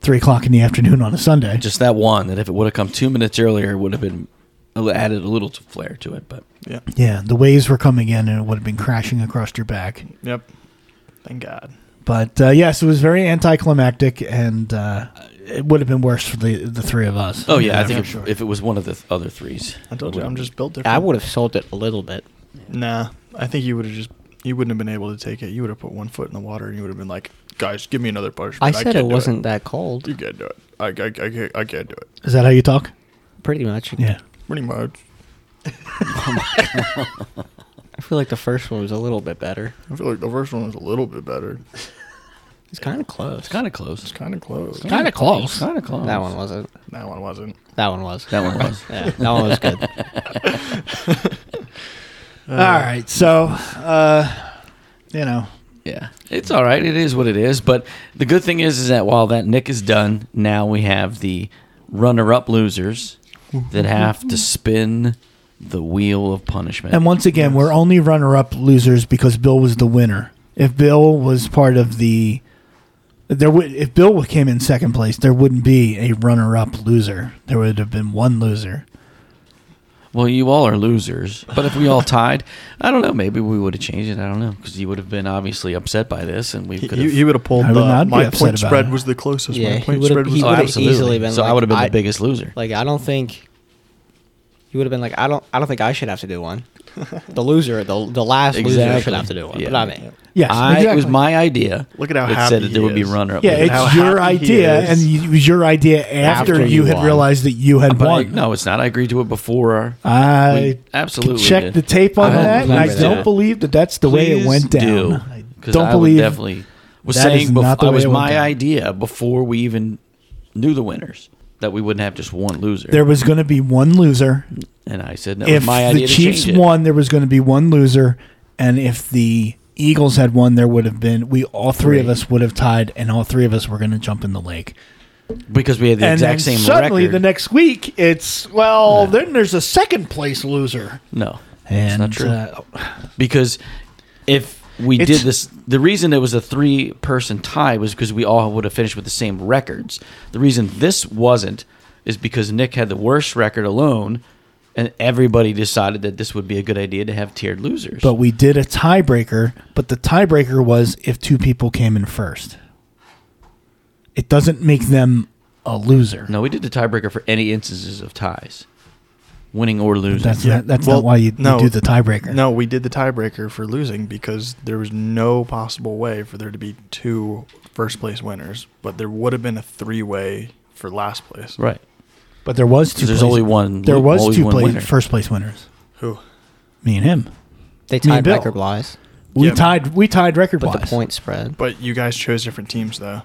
Speaker 2: three o'clock in the afternoon on a Sunday.
Speaker 3: Just that one that if it would have come two minutes earlier, it would have been added a little flair to it. But
Speaker 5: Yeah.
Speaker 2: yeah, the waves were coming in, and it would have been crashing across your back.
Speaker 5: Yep. Thank God.
Speaker 2: But uh, yes, it was very anticlimactic, and uh, it would have been worse for the the three of us.
Speaker 3: oh yeah, I
Speaker 5: Yeah,
Speaker 3: think
Speaker 5: for
Speaker 3: if,
Speaker 5: sure.
Speaker 3: if it was one of the th- other threes,
Speaker 5: I told you, I'm just built different.
Speaker 4: I would have sold it a little bit.
Speaker 5: Nah, I think you would have just. You wouldn't have been able to take it. You would have put one foot in the water, and you would have been like, "Guys, give me another push."
Speaker 4: I said it wasn't that cold.
Speaker 5: You can't do it. I, I, I, can't, I can't do it.
Speaker 2: is that how you talk?
Speaker 4: Pretty much.
Speaker 2: Yeah.
Speaker 5: Pretty much.
Speaker 4: I feel like the first one was a little bit better.
Speaker 5: I feel like the first one was a little bit better.
Speaker 4: It's kind of close.
Speaker 3: it's kind of close.
Speaker 5: Kind of close.
Speaker 2: Kind of close.
Speaker 3: Kind of close.
Speaker 4: That one wasn't.
Speaker 5: That one wasn't.
Speaker 4: That one was.
Speaker 3: That one was.
Speaker 4: Yeah, that one was good.
Speaker 2: All right. So, uh, you know,
Speaker 3: Yeah, it's all right. It is what it is. But the good thing is, is that while that Nick is done, now we have the runner-up losers that have to spin the wheel of punishment.
Speaker 2: And once again, we're only runner-up losers because Bill was the winner. If Bill was part of the, there would if Bill came in second place, there wouldn't be a runner-up loser. There would have been one loser.
Speaker 3: well, you all are losers. But if we all tied, I don't know. Maybe we would have changed it. I don't know because you would have been obviously upset by this, and we
Speaker 5: He,
Speaker 3: could have.
Speaker 5: would have pulled
Speaker 2: I would
Speaker 5: the
Speaker 2: not be
Speaker 5: my
Speaker 2: upset
Speaker 5: point
Speaker 2: about
Speaker 5: spread
Speaker 2: it.
Speaker 5: was the closest.
Speaker 4: Yeah,
Speaker 5: my
Speaker 4: he
Speaker 5: point
Speaker 4: would've-
Speaker 5: spread was
Speaker 4: he
Speaker 5: the
Speaker 3: oh,
Speaker 4: would've
Speaker 5: closest.
Speaker 3: absolutely.
Speaker 4: easily been
Speaker 3: so I
Speaker 4: like,
Speaker 3: would have been
Speaker 4: I-
Speaker 3: the biggest loser.
Speaker 4: Like I don't think you would have been like I don't I don't think I should have to do one. The loser, the the last loser should
Speaker 3: Exactly.
Speaker 4: have to do one,
Speaker 3: Yeah.
Speaker 4: but not me.
Speaker 2: Yes,
Speaker 3: I, It was
Speaker 2: exactly.
Speaker 3: my idea.
Speaker 5: Look at how
Speaker 3: that
Speaker 5: happy
Speaker 3: said that
Speaker 5: he
Speaker 3: there would be
Speaker 5: is.
Speaker 3: runner-up.
Speaker 2: Yeah,
Speaker 3: losers.
Speaker 5: how
Speaker 2: it's your
Speaker 5: happy he
Speaker 2: idea,
Speaker 5: is.
Speaker 2: and it was your idea after,
Speaker 4: After
Speaker 2: you
Speaker 4: you
Speaker 2: had
Speaker 4: won.
Speaker 2: realized that you had
Speaker 3: But I-
Speaker 2: won.
Speaker 3: no, it's not. I agreed to it before.
Speaker 2: I
Speaker 3: We absolutely
Speaker 2: checked
Speaker 3: did.
Speaker 2: the tape on
Speaker 3: I don't
Speaker 2: that, and I
Speaker 3: remember
Speaker 2: don't
Speaker 3: that.
Speaker 2: believe that that's the way it
Speaker 3: Please
Speaker 2: went down.
Speaker 3: Do,
Speaker 2: I
Speaker 3: 'cause
Speaker 2: don't
Speaker 3: I would
Speaker 2: believe
Speaker 3: definitely was
Speaker 2: that is
Speaker 3: saying before
Speaker 2: not the
Speaker 3: I
Speaker 2: way
Speaker 3: was
Speaker 2: it went
Speaker 3: my
Speaker 2: down.
Speaker 3: idea before we even knew the winners that we wouldn't have just one loser.
Speaker 2: there was going to be one loser.
Speaker 3: and I said that
Speaker 2: if
Speaker 3: was my
Speaker 2: the
Speaker 3: idea
Speaker 2: Chiefs
Speaker 3: to change
Speaker 2: won, there was going to be one loser, and if the Eagles had won, there would have been we all three of us would have tied, and all three of us were going to jump in the lake.
Speaker 3: it because we had the
Speaker 2: and
Speaker 3: exact
Speaker 2: then
Speaker 3: same
Speaker 2: suddenly
Speaker 3: record.
Speaker 2: the next week, it's well, then there's a second place loser,
Speaker 3: no,
Speaker 2: and
Speaker 3: it's not true
Speaker 2: uh,
Speaker 3: because if we did
Speaker 2: It's-
Speaker 3: this, the reason it was a three-person tie was because we all would have finished with the same records. The reason this wasn't is because Nick had the worst record alone. And everybody decided that this would be a good idea to have tiered losers.
Speaker 2: but we did a tiebreaker, but the tiebreaker was if two people came in first. It doesn't make them a loser.
Speaker 3: No, we did the tiebreaker for any instances of ties, winning or losing.
Speaker 2: That's
Speaker 5: Yeah.
Speaker 2: not, that's
Speaker 5: Well,
Speaker 2: not why you, you
Speaker 5: no.
Speaker 2: do the tiebreaker.
Speaker 5: No, we did the tiebreaker for losing because there was no possible way for there to be two first place winners, but there would have been a three way for last place.
Speaker 3: right.
Speaker 2: but there was two.
Speaker 3: Because there's
Speaker 2: place-
Speaker 3: only one.
Speaker 2: There was
Speaker 3: always
Speaker 2: two
Speaker 3: one
Speaker 2: place,
Speaker 3: winner.
Speaker 2: first place winners.
Speaker 5: Who?
Speaker 2: Me and him.
Speaker 4: They
Speaker 2: Me and
Speaker 4: tied
Speaker 2: Bill.
Speaker 4: record wise,
Speaker 2: We
Speaker 5: Yeah, but-
Speaker 2: tied. We tied record
Speaker 4: but
Speaker 2: wise.
Speaker 4: the point spread.
Speaker 5: But you guys chose different teams, though.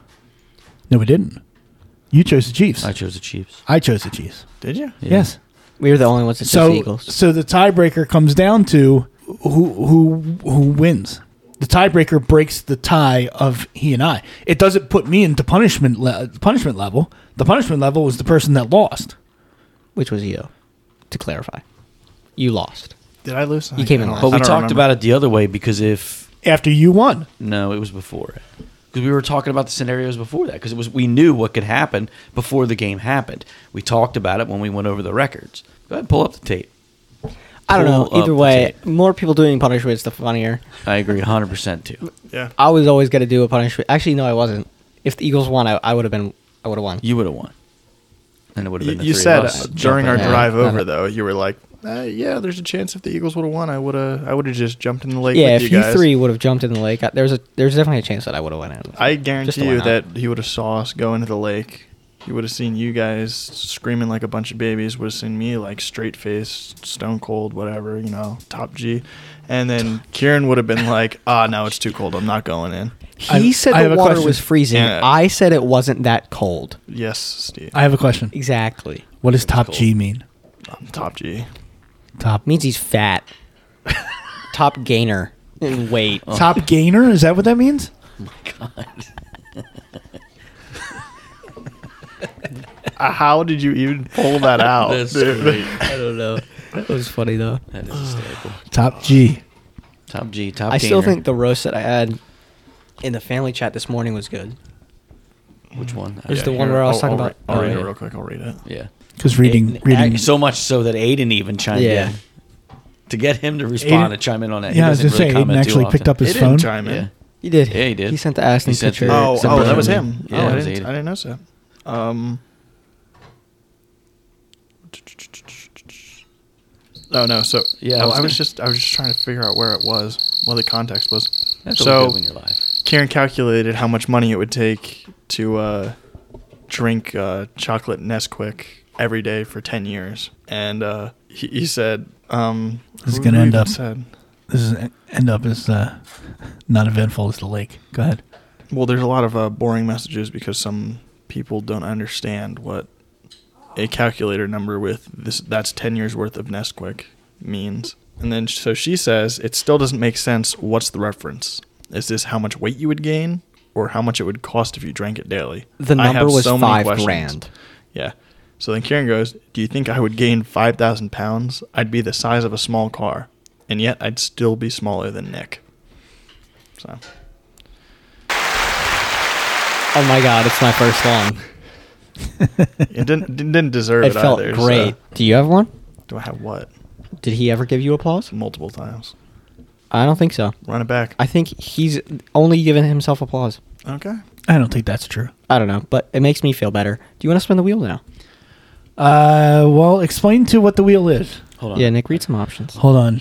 Speaker 2: No, we didn't. You chose the Chiefs.
Speaker 3: I chose the Chiefs.
Speaker 2: I chose the Chiefs.
Speaker 5: Did you?
Speaker 3: Yeah.
Speaker 2: Yes.
Speaker 4: We were the only ones that so, the
Speaker 2: So,
Speaker 4: Eagles.
Speaker 2: so the tiebreaker comes down to who who who wins. The tiebreaker breaks the tie of he and I. It doesn't put me into punishment le- punishment level. The punishment level was the person that lost.
Speaker 4: Which was you, to clarify. You lost.
Speaker 5: Did I lose?
Speaker 4: You came in
Speaker 5: I don't-
Speaker 4: last.
Speaker 3: But
Speaker 5: I
Speaker 3: we
Speaker 5: don't
Speaker 3: talked
Speaker 5: remember.
Speaker 3: about it the other way because if
Speaker 2: After you won,
Speaker 3: no, it was before it. Because we were talking about the scenarios before that. Because it was we knew what could happen before the game happened. We talked about it when we went over the records. Go ahead, pull up the tape.
Speaker 4: I don't know.
Speaker 3: Pull up
Speaker 4: Either
Speaker 3: the
Speaker 4: way,
Speaker 3: tape.
Speaker 4: more people doing punishments, the funnier.
Speaker 3: I agree, hundred percent too.
Speaker 5: Yeah.
Speaker 4: I was always gonna do a punishment. Actually, no, I wasn't. If the Eagles won, I, I would have been. I would have won.
Speaker 3: You would have won, and it would have
Speaker 5: You,
Speaker 3: been. The
Speaker 5: you
Speaker 3: three
Speaker 5: said
Speaker 3: of
Speaker 5: uh,
Speaker 3: us
Speaker 5: during our
Speaker 3: jumping in.
Speaker 5: drive
Speaker 4: Yeah.
Speaker 5: over, though, you were like, uh, "Yeah, there's a chance if the Eagles would have won, I would have, I would have just jumped in the lake."
Speaker 4: yeah,
Speaker 5: with
Speaker 4: if
Speaker 5: you
Speaker 4: you,
Speaker 5: guys.
Speaker 4: three would have jumped in the lake, I, there's a there's definitely a chance that I would have went in.
Speaker 5: I
Speaker 4: Just to
Speaker 5: guarantee
Speaker 4: win
Speaker 5: you
Speaker 4: out.
Speaker 5: that he would have saw us go into the lake. He would have seen you guys screaming like a bunch of babies. Would have seen me like straight face, stone cold, whatever you know, top G. And then Kieran would have been like, "Ah, no, it's too cold. I'm not going in."
Speaker 4: He
Speaker 2: I-
Speaker 4: said
Speaker 2: I have
Speaker 4: the
Speaker 2: a
Speaker 4: water
Speaker 2: question.
Speaker 4: was freezing.
Speaker 5: Yeah.
Speaker 4: I said it wasn't that cold.
Speaker 5: Yes, Steve.
Speaker 2: I have a question.
Speaker 4: Exactly.
Speaker 2: What does top G mean?
Speaker 5: I'm top G.
Speaker 2: Top
Speaker 4: Means he's fat. Top gainer in weight.
Speaker 3: Oh.
Speaker 2: top gainer is that what that means?
Speaker 5: Uh, How did you even pull that out? dude?
Speaker 4: I don't know. That was funny though.
Speaker 3: That is hysterical.
Speaker 2: Top G.
Speaker 3: Top G, top.
Speaker 4: I still
Speaker 3: gainer.
Speaker 4: think the roast that I had in the family chat this morning was good.
Speaker 3: Which one?
Speaker 4: It was
Speaker 5: Yeah,
Speaker 4: the one
Speaker 5: here,
Speaker 4: where I was
Speaker 5: I'll-
Speaker 4: talking
Speaker 5: I'll
Speaker 4: about.
Speaker 5: Re- I'll
Speaker 4: oh,
Speaker 5: read it
Speaker 4: yeah.
Speaker 5: real quick. I'll read it.
Speaker 3: Yeah.
Speaker 2: Because reading reading
Speaker 3: Ac- So much so that Aiden even chimed
Speaker 4: Yeah.
Speaker 3: in. To get him to respond
Speaker 2: Aiden-
Speaker 3: and chime in on that.
Speaker 2: yeah, I was
Speaker 3: doesn't
Speaker 2: gonna say Aiden
Speaker 3: comment too
Speaker 2: actually picked
Speaker 3: often.
Speaker 2: up his
Speaker 5: It
Speaker 2: phone.
Speaker 5: didn't chime in.
Speaker 3: Yeah.
Speaker 4: He did.
Speaker 3: Yeah, he did.
Speaker 4: He sent the Ashton
Speaker 3: He sent
Speaker 4: picture.
Speaker 3: the-
Speaker 5: Oh,
Speaker 3: Except
Speaker 5: oh,
Speaker 3: for
Speaker 5: that was
Speaker 3: Aiden.
Speaker 5: him.
Speaker 3: Yeah,
Speaker 5: oh,
Speaker 3: that
Speaker 5: I
Speaker 3: was
Speaker 5: didn't,
Speaker 3: Aiden.
Speaker 5: I didn't notice that. Um. Oh no! So
Speaker 3: Yeah, I
Speaker 5: yeah, I was,
Speaker 3: was gonna-
Speaker 5: just I was just trying to figure out where it was, what the context was.
Speaker 3: That's
Speaker 5: so
Speaker 3: so, good when you're live.
Speaker 5: Karen calculated how much money it would take to uh, drink uh, chocolate Nesquik every day for ten years, and uh, he, he said, um,
Speaker 2: This is
Speaker 5: who-
Speaker 2: gonna
Speaker 5: who
Speaker 2: end
Speaker 5: even
Speaker 2: up-
Speaker 5: Said,
Speaker 2: This is end up as uh, not eventful as the lake. Go ahead.
Speaker 5: Well, there's a lot of uh, boring messages because some people don't understand what a calculator number with this that's 10 years worth of Nesquik means. And then so she says it still doesn't make sense what's the reference. Is this how much weight you would gain, or how much it would cost if you drank it daily?
Speaker 4: The
Speaker 5: I have
Speaker 4: number was
Speaker 5: so many
Speaker 4: five
Speaker 5: questions.
Speaker 4: grand.
Speaker 5: Yeah. So then Kieran goes, Do you think I would gain 5,000 pounds? I'd be the size of a small car, and yet I'd still be smaller than Nick. So,
Speaker 4: Oh my god, it's my first one.
Speaker 5: it didn't, didn't didn't deserve it,
Speaker 4: It felt
Speaker 5: either, so-
Speaker 4: great. Do you have one?
Speaker 5: do I have what?
Speaker 4: Did he ever give you applause?
Speaker 5: Multiple times.
Speaker 4: I don't think so.
Speaker 5: Run it back.
Speaker 4: I think he's only given himself applause.
Speaker 5: okay.
Speaker 2: I don't think that's true.
Speaker 4: I don't know, but it makes me feel better. Do you want to spin the wheel now?
Speaker 2: Uh, well, explain to what the wheel is.
Speaker 3: Hold on.
Speaker 4: Yeah, Nick, read some options.
Speaker 5: Oh,
Speaker 2: Hold on.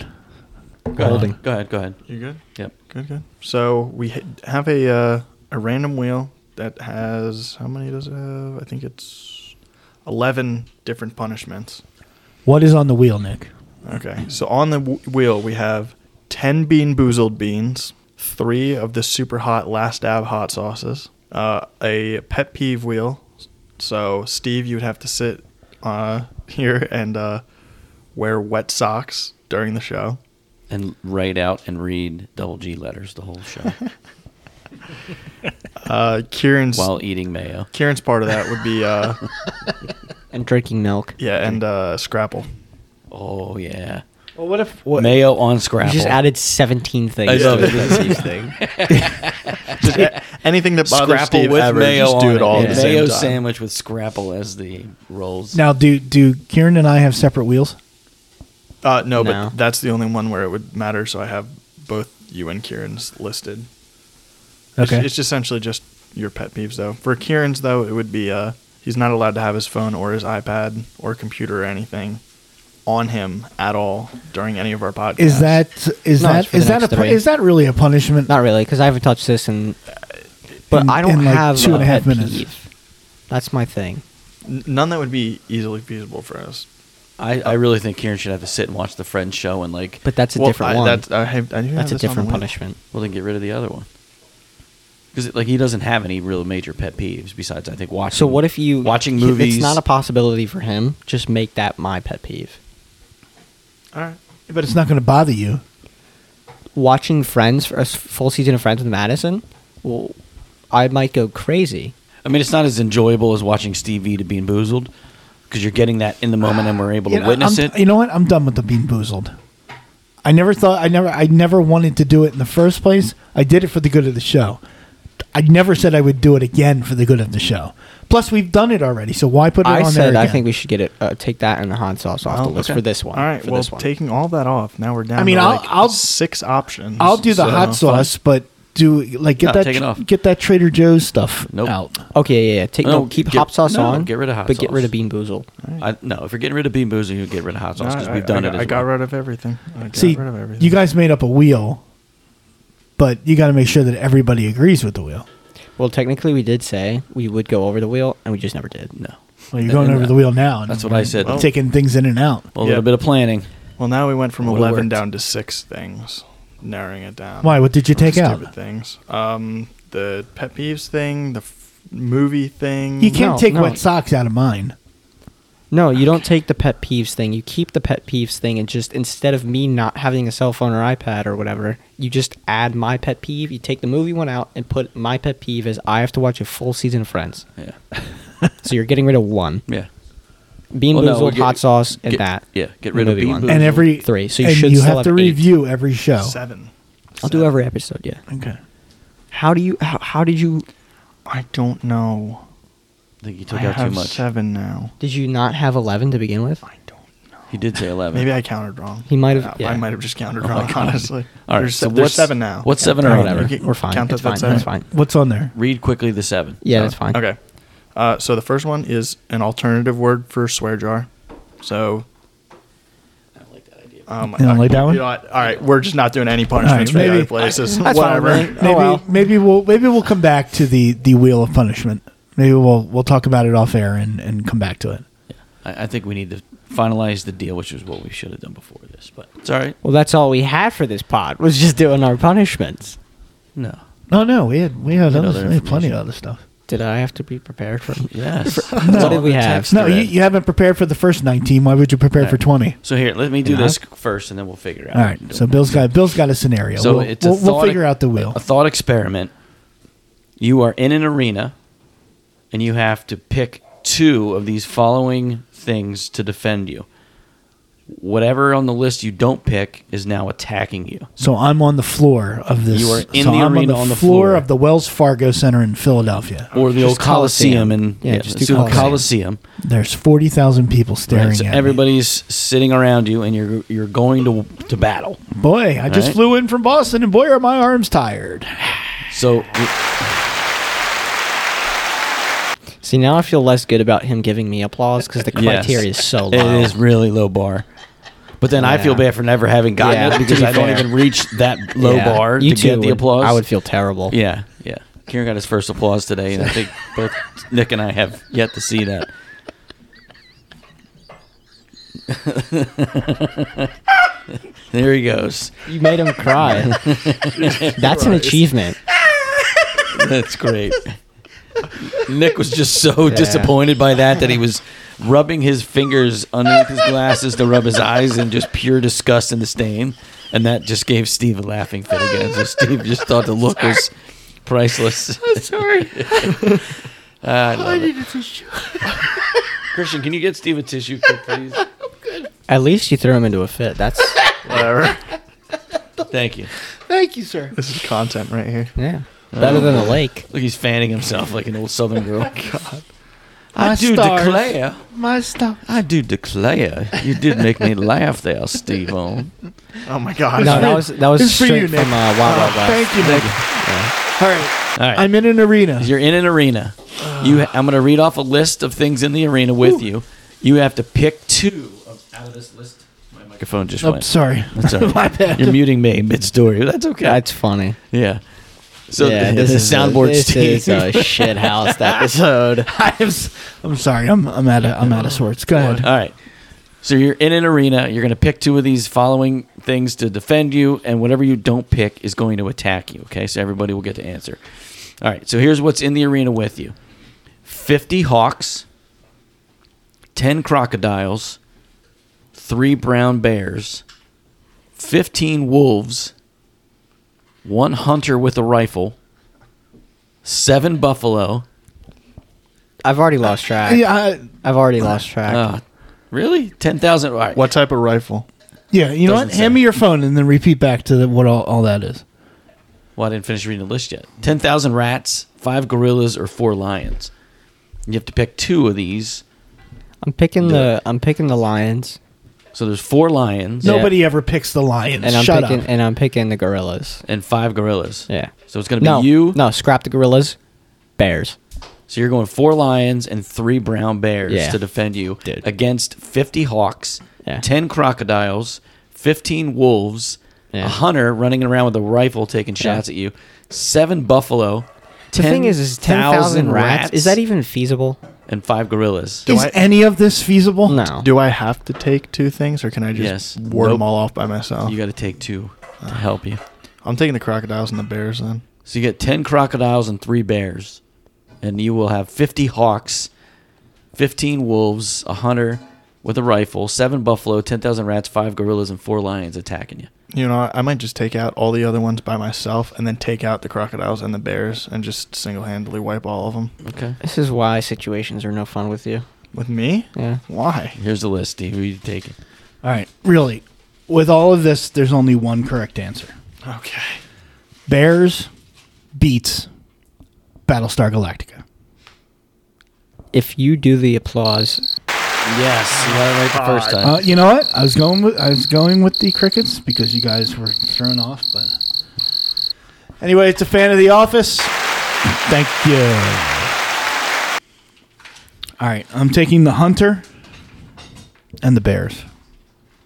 Speaker 3: Go
Speaker 4: Holding.
Speaker 3: ahead. Go ahead. Go ahead.
Speaker 5: You good?
Speaker 3: Yep.
Speaker 5: Good, good. So we ha- have a uh, a random wheel that has how many does it have? I think it's eleven different punishments.
Speaker 2: What is on the wheel, Nick?
Speaker 5: Okay. So on the w- wheel we have ten bean boozled beans, three of the super hot last dab hot sauces, uh, a pet peeve wheel. So Steve, you would have to sit uh, here and uh, wear wet socks during the show.
Speaker 3: And write out and read double G letters the whole show
Speaker 5: Uh, Kieran's
Speaker 3: while eating mayo.
Speaker 5: Kieran's part of that would be uh,
Speaker 4: And drinking milk.
Speaker 5: yeah, and uh, Scrapple.
Speaker 3: Oh yeah.
Speaker 2: Well, what if what?
Speaker 3: Mayo on Scrabble.
Speaker 4: You just added 17 things.
Speaker 3: I love
Speaker 4: to
Speaker 3: it. This is
Speaker 5: Just a- anything that bothers
Speaker 3: Scrapple
Speaker 5: Steve
Speaker 3: with
Speaker 5: ever,
Speaker 3: mayo
Speaker 5: just
Speaker 3: on
Speaker 5: do it all
Speaker 3: it.
Speaker 5: at the
Speaker 3: mayo
Speaker 5: same time.
Speaker 3: sandwich with Scrapple as the rolls.
Speaker 2: Now, do do Kieran and I have separate wheels?
Speaker 5: Uh, no,
Speaker 4: No.
Speaker 5: but that's the only one where it would matter. So I have both you and Kieran's listed. It's-
Speaker 2: Okay.
Speaker 5: It's, essentially just your pet peeves, though. For Kieran's, though, it would be uh, he's not allowed to have his phone or his iPad or computer or anything on him at all during any of our podcasts.
Speaker 2: Is that is
Speaker 4: No,
Speaker 2: that
Speaker 4: it's for the
Speaker 2: is that a
Speaker 4: next
Speaker 2: pu-
Speaker 4: three.
Speaker 2: is that really a punishment?
Speaker 4: Not really, because I haven't touched this in. But
Speaker 2: In-
Speaker 4: I don't
Speaker 2: in, like,
Speaker 4: have
Speaker 2: two and a half
Speaker 4: pet
Speaker 2: minutes.
Speaker 4: peeve. That's my thing.
Speaker 5: N- none that would be easily feasible for us?
Speaker 3: I, I really think Kieran should have to sit and watch the Friends show and like.
Speaker 4: But that's a
Speaker 5: Well,
Speaker 4: different
Speaker 5: I,
Speaker 4: one.
Speaker 5: That's,
Speaker 4: That's,
Speaker 5: I have, I do have
Speaker 4: a
Speaker 5: this on
Speaker 4: different
Speaker 5: the wheel.
Speaker 4: punishment.
Speaker 3: Well, then get rid of the other one. Because like he doesn't have any real major pet peeves besides I think watching.
Speaker 4: So what if you
Speaker 3: watching
Speaker 4: if
Speaker 3: movies?
Speaker 4: It's not a possibility for him. Just make that my pet peeve.
Speaker 5: All right.
Speaker 2: But it's not going to bother you.
Speaker 4: Watching Friends for a s- full season of Friends with Madison. Well, I might go crazy.
Speaker 3: I mean, it's not as enjoyable as watching Stevie to being boozled because you're getting that in the moment and we're able to
Speaker 2: You know,
Speaker 3: witness
Speaker 2: I'm-
Speaker 3: it.
Speaker 2: You know what? I'm done with the bean boozled. I never thought I never I never wanted to do it in the first place. I did it for the good of the show. I never said I would do it again for the good of the show. Plus, we've done it already, so why put it
Speaker 4: I
Speaker 2: on
Speaker 4: said
Speaker 2: there
Speaker 4: I
Speaker 2: again? Oh,
Speaker 4: think we should get it. Uh, take that and the hot sauce off the list
Speaker 5: okay.
Speaker 4: for this one.
Speaker 5: All right.
Speaker 4: for
Speaker 5: well,
Speaker 4: this one.
Speaker 5: taking all that off, now we're down.
Speaker 2: I mean,
Speaker 5: to
Speaker 2: I'll-
Speaker 5: like
Speaker 2: I'll-
Speaker 5: six options.
Speaker 2: I'll do the
Speaker 5: So-
Speaker 2: hot sauce, but do like get
Speaker 3: No,
Speaker 2: that
Speaker 3: take it off.
Speaker 2: get that Trader Joe's stuff
Speaker 3: Nope.
Speaker 2: out.
Speaker 4: Okay, yeah, yeah. Take no,
Speaker 3: No,
Speaker 4: keep
Speaker 3: get-
Speaker 4: hot sauce
Speaker 3: no,
Speaker 4: on.
Speaker 3: get rid of hot
Speaker 4: but get rid
Speaker 3: sauce.
Speaker 4: of Bean Boozled.
Speaker 3: I, no, if you're getting rid of being boozled, you get rid of hot sauce because
Speaker 5: I-
Speaker 3: we've done
Speaker 5: I,
Speaker 3: it.
Speaker 5: I
Speaker 3: As
Speaker 5: got
Speaker 3: well.
Speaker 5: rid of everything. I got
Speaker 2: See,
Speaker 5: rid of everything.
Speaker 2: you guys made up a wheel, but you got to make sure that everybody agrees with the wheel.
Speaker 4: Well, technically, we did say we would go over the wheel, and we just never did.
Speaker 3: No,
Speaker 2: Well, you're going
Speaker 3: And,
Speaker 2: over
Speaker 3: uh,
Speaker 2: the wheel now. and
Speaker 3: that's what I said.
Speaker 5: Well-
Speaker 2: Taking things in and out.
Speaker 3: a little
Speaker 5: Yeah.
Speaker 3: bit of planning.
Speaker 5: Well, now we went from
Speaker 3: Would've
Speaker 5: eleven
Speaker 3: worked.
Speaker 5: down to six things, narrowing it down.
Speaker 2: Why? What did you
Speaker 5: Bunch of
Speaker 2: take out?
Speaker 5: Stupid things. Um, the pet peeves thing, the f- movie thing.
Speaker 2: You can't
Speaker 4: No,
Speaker 2: take
Speaker 4: no.
Speaker 2: wet socks out of mine.
Speaker 4: No, you don't take the pet peeves thing. You keep the pet peeves thing, and just instead of me not having a cell phone or iPad or whatever, you just add my pet peeve. You take the movie one out and put my pet peeve as I have to watch a full season of Friends.
Speaker 3: Yeah,
Speaker 4: So you're getting rid of one
Speaker 3: yeah.
Speaker 4: Bean
Speaker 3: Well, no,
Speaker 4: Boozled,
Speaker 3: we're get-
Speaker 4: hot sauce, and
Speaker 3: get-
Speaker 4: that.
Speaker 3: yeah, get
Speaker 4: The
Speaker 3: rid of
Speaker 4: movie
Speaker 3: Bean
Speaker 4: one.
Speaker 3: Boozled.
Speaker 2: And every
Speaker 4: Three, so you
Speaker 2: and
Speaker 4: should
Speaker 2: you
Speaker 4: still
Speaker 2: have,
Speaker 4: have
Speaker 2: to
Speaker 4: eight.
Speaker 2: review every show.
Speaker 5: Seven.
Speaker 4: I'll do every episode. Yeah.
Speaker 2: Okay.
Speaker 4: How do you? How, how did you?
Speaker 5: I don't know.
Speaker 3: I think you took
Speaker 5: I
Speaker 3: out too
Speaker 5: have
Speaker 3: much.
Speaker 5: seven now.
Speaker 4: Did you not have eleven to begin with?
Speaker 5: I don't. know.
Speaker 3: He did say eleven.
Speaker 5: Maybe I counted wrong.
Speaker 4: He might have-
Speaker 5: Uh,
Speaker 4: yeah.
Speaker 5: I might have just counted
Speaker 3: Oh my
Speaker 5: wrong.
Speaker 3: God.
Speaker 5: Honestly.
Speaker 3: All right,
Speaker 5: There's,
Speaker 3: so
Speaker 5: se- there's
Speaker 3: what's-
Speaker 5: seven now.
Speaker 3: what's seven or
Speaker 5: Okay,
Speaker 3: whatever?
Speaker 5: okay,
Speaker 4: We're fine.
Speaker 5: Count
Speaker 4: It's
Speaker 5: that
Speaker 4: fine.
Speaker 5: that's seven.
Speaker 4: That's fine.
Speaker 2: What's on there?
Speaker 3: Read quickly the seven.
Speaker 4: Yeah,
Speaker 5: So-
Speaker 4: that's fine.
Speaker 5: Okay. Uh, so the first one is an alternative word for swear jar. So. I don't like that idea. Um,
Speaker 2: You don't
Speaker 5: I-
Speaker 2: like that one?
Speaker 5: you know what? all right, we're just not doing any punishments
Speaker 2: All right,
Speaker 5: for the
Speaker 2: maybe-
Speaker 5: other places.
Speaker 4: That's fine with
Speaker 5: Whatever.
Speaker 4: me.
Speaker 2: Maybe
Speaker 4: Oh, well.
Speaker 2: maybe we'll maybe we'll come back to the the wheel of punishment. Maybe we'll we'll talk about it off air and and come back to it.
Speaker 3: I, I think we need to finalize the deal, which is what we should have done before this. But it's all right.
Speaker 4: Well, that's all we had for this pod was just doing our punishments.
Speaker 3: No.
Speaker 2: No, no, we had we had,
Speaker 3: Had
Speaker 2: other,
Speaker 3: other
Speaker 2: we had plenty of
Speaker 3: information.
Speaker 2: other stuff.
Speaker 4: did I have to be prepared for?
Speaker 3: Yes.
Speaker 4: what did we have?
Speaker 2: No, you, you haven't prepared for the first 19. Why would you prepare for 20?
Speaker 3: So here, let me do
Speaker 2: You know?
Speaker 3: this first, and then we'll figure it out.
Speaker 2: All right. So Bill's got Bill's got a scenario.
Speaker 3: So
Speaker 2: we'll,
Speaker 3: it's a
Speaker 2: we'll, we'll
Speaker 3: thought-
Speaker 2: figure out the wheel.
Speaker 3: a thought experiment. You are in an arena, and you have to pick two of these following things to defend you. Whatever on the list you don't pick is now attacking you.
Speaker 2: So I'm on the floor of this.
Speaker 3: You are in
Speaker 2: so
Speaker 3: the
Speaker 2: I'm on
Speaker 3: arena
Speaker 2: the
Speaker 3: on the
Speaker 2: floor,
Speaker 3: floor.
Speaker 2: of the Wells Fargo Center in Philadelphia.
Speaker 3: Or the
Speaker 4: Oh,
Speaker 3: old
Speaker 4: Just
Speaker 3: Coliseum,
Speaker 4: Coliseum.
Speaker 3: and
Speaker 4: Yeah, just do
Speaker 3: so
Speaker 4: Coliseum.
Speaker 3: Coliseum.
Speaker 2: There's forty thousand people staring
Speaker 3: Right, so
Speaker 2: at
Speaker 3: everybody's sitting around you, and you're you're going to to battle.
Speaker 2: me. Boy, I just
Speaker 3: Right.
Speaker 2: flew in from Boston, and boy, are my arms tired.
Speaker 3: So
Speaker 4: See, now I feel less good about him giving me applause because the
Speaker 3: Yes.
Speaker 4: criteria is so
Speaker 3: it
Speaker 4: low.
Speaker 3: is really low bar. But then I feel
Speaker 4: Yeah.
Speaker 3: bad for never having gotten
Speaker 4: Yeah,
Speaker 3: it
Speaker 4: to
Speaker 3: because
Speaker 4: be
Speaker 3: I don't
Speaker 4: fair.
Speaker 3: even reach that low
Speaker 4: Yeah.
Speaker 3: bar to
Speaker 4: too
Speaker 3: get the
Speaker 4: would-
Speaker 3: applause.
Speaker 4: I would feel terrible.
Speaker 3: Yeah, yeah. Kieran got his first applause today, and I think both Nick and I have yet to see that. there he goes.
Speaker 4: You made him cry. That's an achievement.
Speaker 3: That's great. Nick was just so disappointed by that that he was rubbing his fingers underneath his glasses to rub his eyes in just pure disgust and disdain. And that just gave Steve a laughing fit again. So Steve just thought the look was priceless. Ah, I
Speaker 7: Sorry.
Speaker 3: love
Speaker 7: I
Speaker 3: it.
Speaker 7: need a tissue.
Speaker 3: Christian, can you get Steve a tissue, quick, please?
Speaker 4: At least you threw him into a fit. That's
Speaker 5: Whatever.
Speaker 3: Thank you.
Speaker 7: Thank you, sir.
Speaker 5: this is content right here.
Speaker 4: yeah better than the lake.
Speaker 3: Look, he's fanning himself like an old Southern girl.
Speaker 4: Oh,
Speaker 7: My
Speaker 3: I do
Speaker 7: stars.
Speaker 3: declare.
Speaker 7: My stuff.
Speaker 3: I do declare. You did make me laugh there, Steve. On
Speaker 5: Oh my gosh.
Speaker 4: No, that was that was
Speaker 2: It's for
Speaker 4: straight
Speaker 2: you, Nick. Oh,
Speaker 4: from uh, Wild Wild West.
Speaker 2: Thank you, Nick. All right,
Speaker 3: All right.
Speaker 2: I'm in an arena.
Speaker 3: You're in an arena. You, I'm going to read off a list of things in the arena with you. You have to pick two of, out of this list. My microphone just
Speaker 2: Oh,
Speaker 3: went.
Speaker 2: sorry.
Speaker 3: That's all right.
Speaker 2: My bad.
Speaker 3: You're muting me mid-story. That's okay.
Speaker 4: That's funny.
Speaker 3: yeah. So
Speaker 4: yeah,
Speaker 3: the, the
Speaker 4: is a-
Speaker 3: soundboard
Speaker 4: this
Speaker 3: Steve.
Speaker 4: is a shit house episode.
Speaker 2: I'm, s- I'm sorry. I'm I'm out of
Speaker 3: Oh.
Speaker 2: I'm out of sorts. Go ahead.
Speaker 3: All right. So you're in an arena. You're going to pick two of these following things to defend you, and whatever you don't pick is going to attack you. Okay. So everybody will get to answer. All right. So here's what's in the arena with you 50 hawks, 10 crocodiles, three brown bears, 15 wolves, one hunter with a rifle, seven buffalo.
Speaker 4: I've already lost track.
Speaker 2: Yeah, I,
Speaker 4: I've already lost track.
Speaker 3: Uh, really? 10,000. All right.
Speaker 5: What type of rifle?
Speaker 2: yeah. You know
Speaker 3: Doesn't
Speaker 2: what? Hand
Speaker 3: say.
Speaker 2: me your phone and then repeat back to the, what all, all that is.
Speaker 3: Well, I didn't finish reading the list yet. 10,000 rats, five gorillas, or four lions. You have to pick two of these.
Speaker 4: I'm picking the I'm picking the lions,
Speaker 3: So there's four lions
Speaker 4: Yeah.
Speaker 2: Nobody ever picks the lions.
Speaker 4: and I'm
Speaker 2: Shut
Speaker 4: picking
Speaker 2: up.
Speaker 4: and I'm picking the gorillas.
Speaker 3: and five gorillas.
Speaker 4: Yeah.
Speaker 3: So it's going to be
Speaker 4: No,
Speaker 3: you.
Speaker 4: No, scrap the gorillas, bears.
Speaker 3: So you're going four lions and three brown bears
Speaker 4: Yeah.
Speaker 3: to defend you
Speaker 4: Dude.
Speaker 3: against 50 hawks,
Speaker 4: Yeah.
Speaker 3: 10 crocodiles, 15 wolves,
Speaker 4: Yeah.
Speaker 3: a hunter running around with a rifle taking shots at you, seven buffalo,
Speaker 4: The thing is, is ten thousand rats. Is that even feasible?
Speaker 3: and five gorillas.
Speaker 5: Do
Speaker 2: is
Speaker 5: I-
Speaker 2: any of this feasible?
Speaker 4: No.
Speaker 5: Do I have to take two things, or can I
Speaker 3: Yes.
Speaker 5: just ward
Speaker 3: Nope.
Speaker 5: them all off by myself?
Speaker 3: You got to take two to help you.
Speaker 5: I'm taking the crocodiles and the bears then.
Speaker 3: So you get 10 crocodiles and 3 bears. And you will have 50 hawks, 15 wolves, a hunter with a rifle, 7 buffalo, 10,000 rats, 5 gorillas, and 4 lions attacking you.
Speaker 5: You know, I might just take out all the other ones by myself, and then take out the crocodiles and the bears, and just single-handedly wipe all of them
Speaker 3: Okay.
Speaker 4: This is why situations are no fun with you.
Speaker 5: with me.
Speaker 4: Yeah.
Speaker 5: Why?
Speaker 3: Here's the list, Steve. Who you taking?
Speaker 2: All right. Really, with all of this, there's only one correct answer.
Speaker 5: Okay.
Speaker 2: Bears beats Battlestar Galactica.
Speaker 4: If you do the applause,
Speaker 3: Yes. You got it right the first time.
Speaker 2: Uh, you know what? I was going with I was going with the crickets because you guys were thrown off. But anyway, it's a fan of The Office. Thank you. All right, I'm taking the hunter and the bears.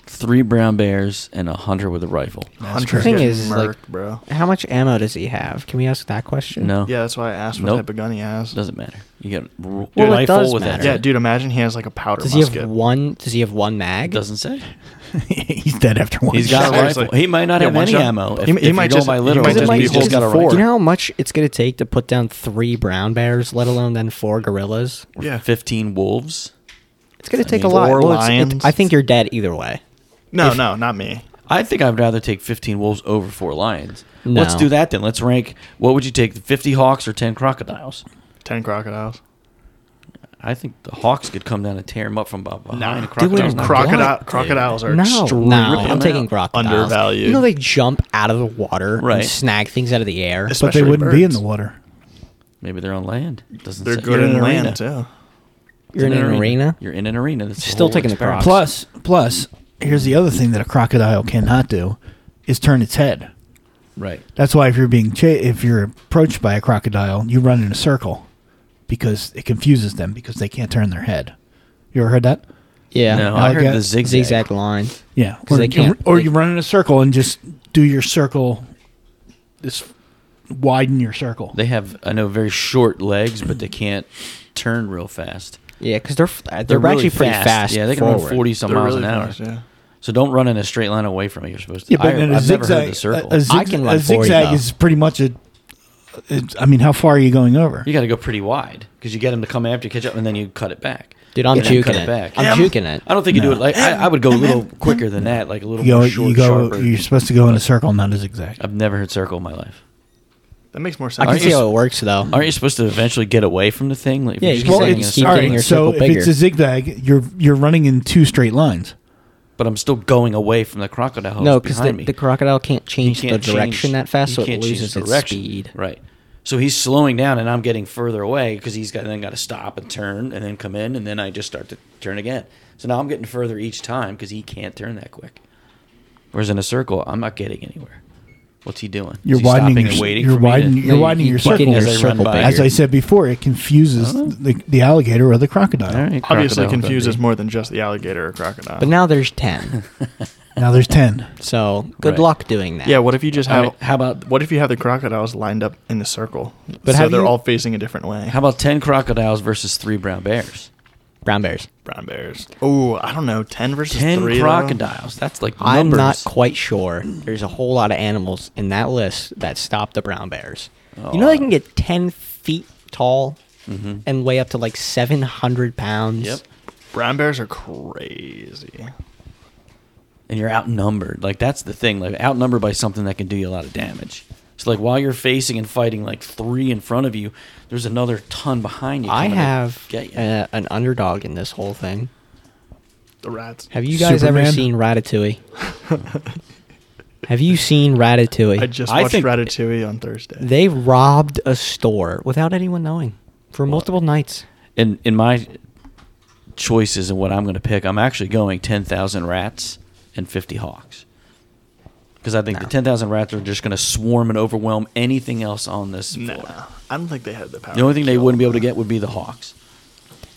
Speaker 3: three brown bears, and a hunter with a rifle.
Speaker 5: Hunter
Speaker 4: thing
Speaker 5: getting
Speaker 4: is, is like-
Speaker 5: murked, bro.
Speaker 4: How much ammo does he have? Can we ask that question?
Speaker 3: No,
Speaker 5: Yeah, that's why I asked what
Speaker 3: Nope.
Speaker 5: type of gun he has.
Speaker 3: doesn't matter. You get a r-
Speaker 4: Well, it
Speaker 3: rifle
Speaker 4: does
Speaker 3: with
Speaker 4: matter.
Speaker 3: that.
Speaker 5: yeah, dude, imagine he has like a powder
Speaker 4: Does he
Speaker 5: musket.
Speaker 4: have one? Does he have one mag?
Speaker 3: Doesn't say.
Speaker 2: He's dead after one.
Speaker 3: He's got
Speaker 5: shot.
Speaker 3: a rifle.
Speaker 5: Seriously.
Speaker 3: He might not
Speaker 5: Yeah,
Speaker 3: have
Speaker 5: one
Speaker 3: any
Speaker 5: shot.
Speaker 3: ammo.
Speaker 5: He
Speaker 3: If,
Speaker 5: m-
Speaker 3: he,
Speaker 5: he might
Speaker 3: might you go
Speaker 5: just-
Speaker 3: by
Speaker 5: he
Speaker 3: literal,
Speaker 5: might
Speaker 3: it
Speaker 5: just
Speaker 3: might
Speaker 5: be
Speaker 3: be just
Speaker 5: holding
Speaker 3: got a
Speaker 5: four.
Speaker 3: rifle.
Speaker 4: Do you know how much it's gonna take to put down three brown bears, let alone then four gorillas?
Speaker 5: yeah.
Speaker 3: Fifteen wolves.
Speaker 4: It's gonna
Speaker 3: I
Speaker 4: take
Speaker 3: mean,
Speaker 4: a lot.
Speaker 5: four
Speaker 4: it's- it-
Speaker 5: lions.
Speaker 4: I think you're dead either way.
Speaker 5: No, no, not me.
Speaker 3: I think I'd rather take 15 wolves over four lions.
Speaker 4: No.
Speaker 3: Let's do that then. Let's rank. What would you take, 50 hawks or 10 crocodiles?
Speaker 5: Ten crocodiles.
Speaker 3: I think the hawks could come down and tear him up from behind. and
Speaker 4: do
Speaker 3: crocodiles
Speaker 4: it in
Speaker 3: not
Speaker 5: Crocodile,
Speaker 3: gonna-
Speaker 5: crocodiles are
Speaker 4: No,
Speaker 5: extreme.
Speaker 4: no,
Speaker 3: Rip
Speaker 4: I'm
Speaker 3: them
Speaker 4: taking
Speaker 3: out.
Speaker 4: crocodiles.
Speaker 5: Undervalued.
Speaker 4: You know they jump out of the water
Speaker 3: Right.
Speaker 4: and snag things out of the air.
Speaker 2: but they
Speaker 5: especially
Speaker 2: wouldn't be in
Speaker 5: birds.
Speaker 2: the water.
Speaker 3: Maybe they're on land. Doesn't
Speaker 5: They're
Speaker 3: say-
Speaker 5: good
Speaker 3: You're
Speaker 5: in
Speaker 3: an
Speaker 5: land
Speaker 3: arena.
Speaker 5: too.
Speaker 4: You're in an arena.
Speaker 3: You're in an arena. That's the
Speaker 4: Still
Speaker 3: whole
Speaker 4: taking the
Speaker 3: experience.
Speaker 4: crocs.
Speaker 2: Plus, plus, here's the other thing that a crocodile cannot do is turn its head.
Speaker 3: Right.
Speaker 2: That's why if you're being cha- if you're approached by a crocodile, you run in a circle because it confuses them because they can't turn their head. You ever heard that?
Speaker 4: Yeah, Uh,
Speaker 3: No,
Speaker 2: I
Speaker 3: I heard
Speaker 2: get-
Speaker 3: the zigzag.
Speaker 4: zigzag line.
Speaker 2: Yeah, or
Speaker 4: 'Cause they
Speaker 2: you-
Speaker 4: can't-
Speaker 2: or
Speaker 4: they-
Speaker 2: you run in a circle and just do your circle. This widen your circle.
Speaker 3: They have, I know, very short legs, but they can't turn real fast.
Speaker 4: Yeah, because they're f- they're,
Speaker 3: They're, really
Speaker 4: actually pretty fast.
Speaker 3: Yeah, they can
Speaker 4: forward.
Speaker 3: run 40 some
Speaker 5: They're
Speaker 3: miles
Speaker 5: really
Speaker 3: an hour.
Speaker 5: fast, yeah.
Speaker 3: So don't run in a straight line away from it. You're supposed to.
Speaker 2: yeah, but
Speaker 3: I,
Speaker 2: in a
Speaker 3: I've
Speaker 2: zigzag,
Speaker 3: never heard the circle.
Speaker 2: A, a zig-
Speaker 4: I can run
Speaker 2: a
Speaker 4: 40,
Speaker 2: zigzag
Speaker 4: though.
Speaker 2: is pretty much a. It's, I mean, how far are you going over?
Speaker 3: you got to go pretty wide because you get them to come after you catch up, and then you cut it back.
Speaker 4: Dude, I'm
Speaker 3: And then you
Speaker 4: juking
Speaker 3: cut
Speaker 4: it.
Speaker 3: back.
Speaker 4: I'm juking it.
Speaker 3: I don't think you do it like I, I would go a little quicker than that, like a little
Speaker 2: You go.
Speaker 3: more short,
Speaker 2: you go.
Speaker 3: sharper.
Speaker 2: You're supposed to go in a circle, not a zigzag.
Speaker 3: I've never heard circle in my life.
Speaker 5: That makes more sense.
Speaker 4: I can
Speaker 3: Aren't
Speaker 4: see
Speaker 3: you-
Speaker 4: how it works though.
Speaker 3: Aren't you supposed to eventually get away from the thing? Like, if
Speaker 4: Yeah,
Speaker 3: you're
Speaker 4: you
Speaker 3: just
Speaker 4: can
Speaker 3: running
Speaker 4: just
Speaker 3: in a
Speaker 4: keep
Speaker 3: circle,
Speaker 4: getting your
Speaker 2: so
Speaker 4: circle
Speaker 2: if it's
Speaker 4: bigger.
Speaker 2: a zigzag, you're you're running in two straight lines.
Speaker 3: but I'm still going away from the crocodile hose
Speaker 4: No, because
Speaker 3: behind
Speaker 4: the,
Speaker 3: me.
Speaker 4: the crocodile can't
Speaker 3: You
Speaker 4: change the
Speaker 3: can't
Speaker 4: direction
Speaker 3: change-
Speaker 4: that fast,
Speaker 3: you
Speaker 4: so it
Speaker 3: can't change
Speaker 4: loses its
Speaker 3: direction.
Speaker 4: speed.
Speaker 3: Right. So he's slowing down, and I'm getting further away because he's got then got to stop and turn, and then come in, and then I just start to turn again. So now I'm getting further each time because he can't turn that quick. Whereas in a circle, I'm not getting anywhere. What's he doing? Is
Speaker 2: You're
Speaker 3: he
Speaker 2: widening.
Speaker 3: stopping
Speaker 2: Your,
Speaker 3: and waiting
Speaker 2: you're
Speaker 3: for me to-
Speaker 2: widening.
Speaker 4: No,
Speaker 2: You're
Speaker 4: you-
Speaker 2: widening
Speaker 4: you
Speaker 2: your
Speaker 4: keep getting
Speaker 2: circle.
Speaker 3: as
Speaker 4: your
Speaker 3: I run
Speaker 4: circle
Speaker 3: by.
Speaker 4: bigger.
Speaker 2: As I said before, it confuses
Speaker 3: Oh.
Speaker 2: the, the alligator or the crocodile.
Speaker 3: All right,
Speaker 5: Obviously,
Speaker 3: crocodile could
Speaker 5: confuses
Speaker 3: be.
Speaker 5: more than just the alligator or crocodile.
Speaker 4: But now there's ten,
Speaker 2: Now there's ten.
Speaker 4: so good
Speaker 3: Right.
Speaker 4: luck doing that.
Speaker 5: yeah, what if you just
Speaker 3: All
Speaker 5: have?
Speaker 3: right, how about-
Speaker 5: what if you have the crocodiles lined up in the circle,
Speaker 4: But
Speaker 5: so
Speaker 4: have
Speaker 5: they're
Speaker 4: you-
Speaker 5: all facing a different way?
Speaker 3: How about ten crocodiles versus three brown bears?
Speaker 4: brown bears.
Speaker 5: brown bears? Oh, I don't know, ten versus
Speaker 3: Ten
Speaker 5: three. though?
Speaker 3: crocodiles. That's like
Speaker 4: I'm
Speaker 3: numbers.
Speaker 4: not quite sure. There's a whole lot of animals in that list that stop the brown bears. You know
Speaker 3: Oh.
Speaker 4: they can get ten feet tall and weigh up to like seven hundred pounds.
Speaker 3: Mm-hmm. Yep.
Speaker 5: Brown bears are crazy.
Speaker 3: and you're outnumbered. Like that's the thing. Like outnumbered by something that can do you a lot of damage. So like while you're facing and fighting like three in front of you, there's another ton behind you.
Speaker 4: I
Speaker 3: coming to
Speaker 4: have
Speaker 3: get you.
Speaker 4: uh, an underdog in this whole thing.
Speaker 5: The rats.
Speaker 4: Have you guys ever
Speaker 2: Superman?
Speaker 4: seen Ratatouille? Have you seen Ratatouille?
Speaker 5: I just
Speaker 3: I
Speaker 5: watched
Speaker 3: think-
Speaker 5: Ratatouille on Thursday.
Speaker 4: They robbed a store without anyone knowing for multiple nights.
Speaker 3: in in my choices and what I'm going to pick, I'm actually going ten thousand rats and fifty hawks. Because I think the ten thousand rats are just going to swarm and overwhelm anything else on this
Speaker 5: no,
Speaker 3: floor.
Speaker 5: I don't think they had the power.
Speaker 3: The only thing
Speaker 5: to
Speaker 3: they
Speaker 5: kill
Speaker 3: wouldn't be able
Speaker 5: them.
Speaker 3: to get would be the hawks.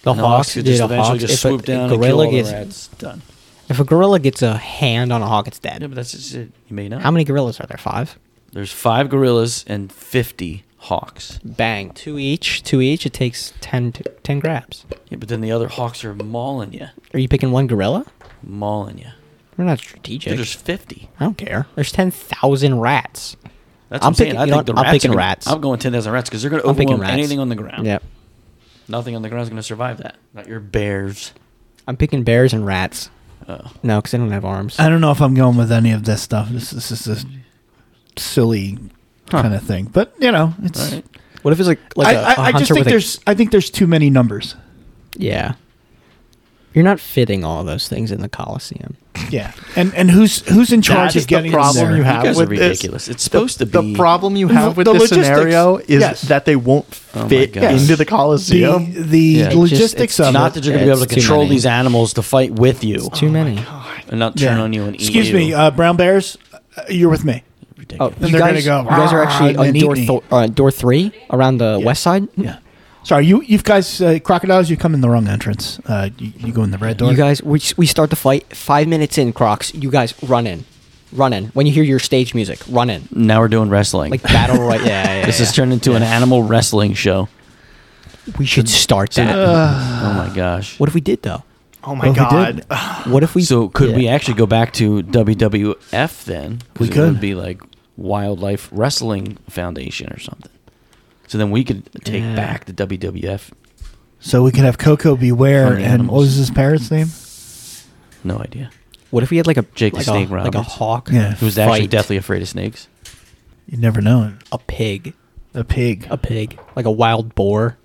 Speaker 4: The
Speaker 3: And
Speaker 4: hawks,
Speaker 3: could
Speaker 4: dude,
Speaker 3: just
Speaker 4: a
Speaker 3: eventually
Speaker 4: hawk-
Speaker 3: just
Speaker 4: if a-
Speaker 3: swoop
Speaker 4: a
Speaker 3: down and kill
Speaker 4: gorilla
Speaker 3: all the
Speaker 4: gets-
Speaker 3: rats. Done.
Speaker 4: If a gorilla gets a hand on a hawk, it's dead.
Speaker 3: Yeah, but that's just it. You may not.
Speaker 4: How many gorillas are there? Five.
Speaker 3: There's five gorillas and 50 hawks.
Speaker 4: Bang, two each. Two each. It takes 10, to, 10 grabs.
Speaker 3: Yeah, but then the other hawks are mauling you.
Speaker 4: Are you picking one gorilla?
Speaker 3: Mauling you.
Speaker 4: We're not
Speaker 3: Dude,
Speaker 4: strategic.
Speaker 3: there's 50.
Speaker 4: I don't care. There's ten thousand rats.
Speaker 3: That's what
Speaker 4: I'm
Speaker 3: I'm saying.
Speaker 4: picking-
Speaker 3: I
Speaker 4: you know
Speaker 3: think the
Speaker 4: what? I'm
Speaker 3: rats. are
Speaker 4: picking
Speaker 3: gonna-
Speaker 4: rats.
Speaker 3: I'm going 10,000 rats because they're going to
Speaker 4: I'm picking
Speaker 3: overwhelm
Speaker 4: rats.
Speaker 3: anything on the ground.
Speaker 4: Yep.
Speaker 3: Nothing on the ground is going to survive that. Not your bears.
Speaker 4: I'm picking bears and rats.
Speaker 3: Oh.
Speaker 4: No, because they don't have arms.
Speaker 2: I don't know if I'm going with any of this stuff. This, this is a silly kind of thing, but you know,
Speaker 3: All
Speaker 2: it's.
Speaker 3: right.
Speaker 4: What if it's like like
Speaker 2: I
Speaker 4: a a
Speaker 2: I- I
Speaker 4: hunter
Speaker 2: just think
Speaker 4: with a-
Speaker 2: there's I think there's too many numbers.
Speaker 4: yeah. You're not fitting all those things in the Coliseum.
Speaker 2: Yeah, and and who's who's in charge
Speaker 5: That's
Speaker 2: of getting
Speaker 5: the problem
Speaker 2: them there?
Speaker 5: you
Speaker 3: You
Speaker 5: have
Speaker 3: guys are
Speaker 5: with
Speaker 3: ridiculous.
Speaker 5: This.
Speaker 3: It's supposed
Speaker 5: the,
Speaker 3: to be-
Speaker 5: the problem you have
Speaker 2: The-
Speaker 5: with
Speaker 2: the
Speaker 5: this
Speaker 2: logistics.
Speaker 5: scenario is
Speaker 2: Yes.
Speaker 5: that they won't
Speaker 3: Oh my
Speaker 5: fit
Speaker 3: God.
Speaker 5: into the Coliseum.
Speaker 2: The the
Speaker 3: Yeah. It just-
Speaker 2: logistics
Speaker 4: it's
Speaker 2: of
Speaker 3: Not
Speaker 2: it.
Speaker 3: that you're going to be able
Speaker 4: It's
Speaker 3: to
Speaker 4: too
Speaker 3: control
Speaker 4: many.
Speaker 3: these animals to fight with you
Speaker 4: Too many.
Speaker 3: and not turn
Speaker 2: Yeah.
Speaker 3: on you and eat
Speaker 2: Excuse
Speaker 3: you.
Speaker 2: me, uh, brown bears, uh, you're with me.
Speaker 4: Oh,
Speaker 3: Ridiculous.
Speaker 4: you
Speaker 2: they're gonna
Speaker 4: guys,
Speaker 2: go,
Speaker 4: You guys are
Speaker 2: "Rah,"
Speaker 4: actually
Speaker 2: and
Speaker 4: on
Speaker 2: then eat
Speaker 4: door,
Speaker 2: me.
Speaker 4: th- uh, door three around the west side.
Speaker 2: Yeah.
Speaker 4: So
Speaker 2: Sorry, you you guys uh, crocodiles. You come in the wrong entrance. Uh, you, you go in the red door.
Speaker 4: You guys, we, we start the fight five minutes in, Crocs. You guys run in. Run in. When you hear your stage music, run in.
Speaker 3: Now we're doing wrestling.
Speaker 4: Like battle royale. Yeah, yeah,
Speaker 3: this
Speaker 4: yeah.
Speaker 3: has turned into an animal wrestling show.
Speaker 4: We should start that.
Speaker 3: oh my gosh.
Speaker 4: what if we did, though?
Speaker 5: Oh my
Speaker 2: Well, we
Speaker 5: god.
Speaker 2: did.
Speaker 4: What if we.
Speaker 3: So could we
Speaker 4: yeah.
Speaker 3: actually go back to WWF then? 'Cause
Speaker 2: We
Speaker 3: it
Speaker 2: could.
Speaker 3: would be like Wildlife Wrestling Foundation or something. So then we could take
Speaker 4: Yeah.
Speaker 3: back the WWF.
Speaker 2: So we could have Coco Beware
Speaker 3: Funny
Speaker 2: and what
Speaker 3: animals.
Speaker 2: was his parrot's name?
Speaker 3: No idea.
Speaker 4: What if we had like a.
Speaker 3: Jake the
Speaker 4: like
Speaker 3: Snake
Speaker 4: a, Like a
Speaker 3: Roberts.
Speaker 4: hawk.
Speaker 2: Yeah.
Speaker 3: Who's actually
Speaker 4: fight
Speaker 3: deathly afraid of snakes?
Speaker 2: You never know.
Speaker 4: A pig.
Speaker 2: A pig.
Speaker 4: A pig. Like a wild boar.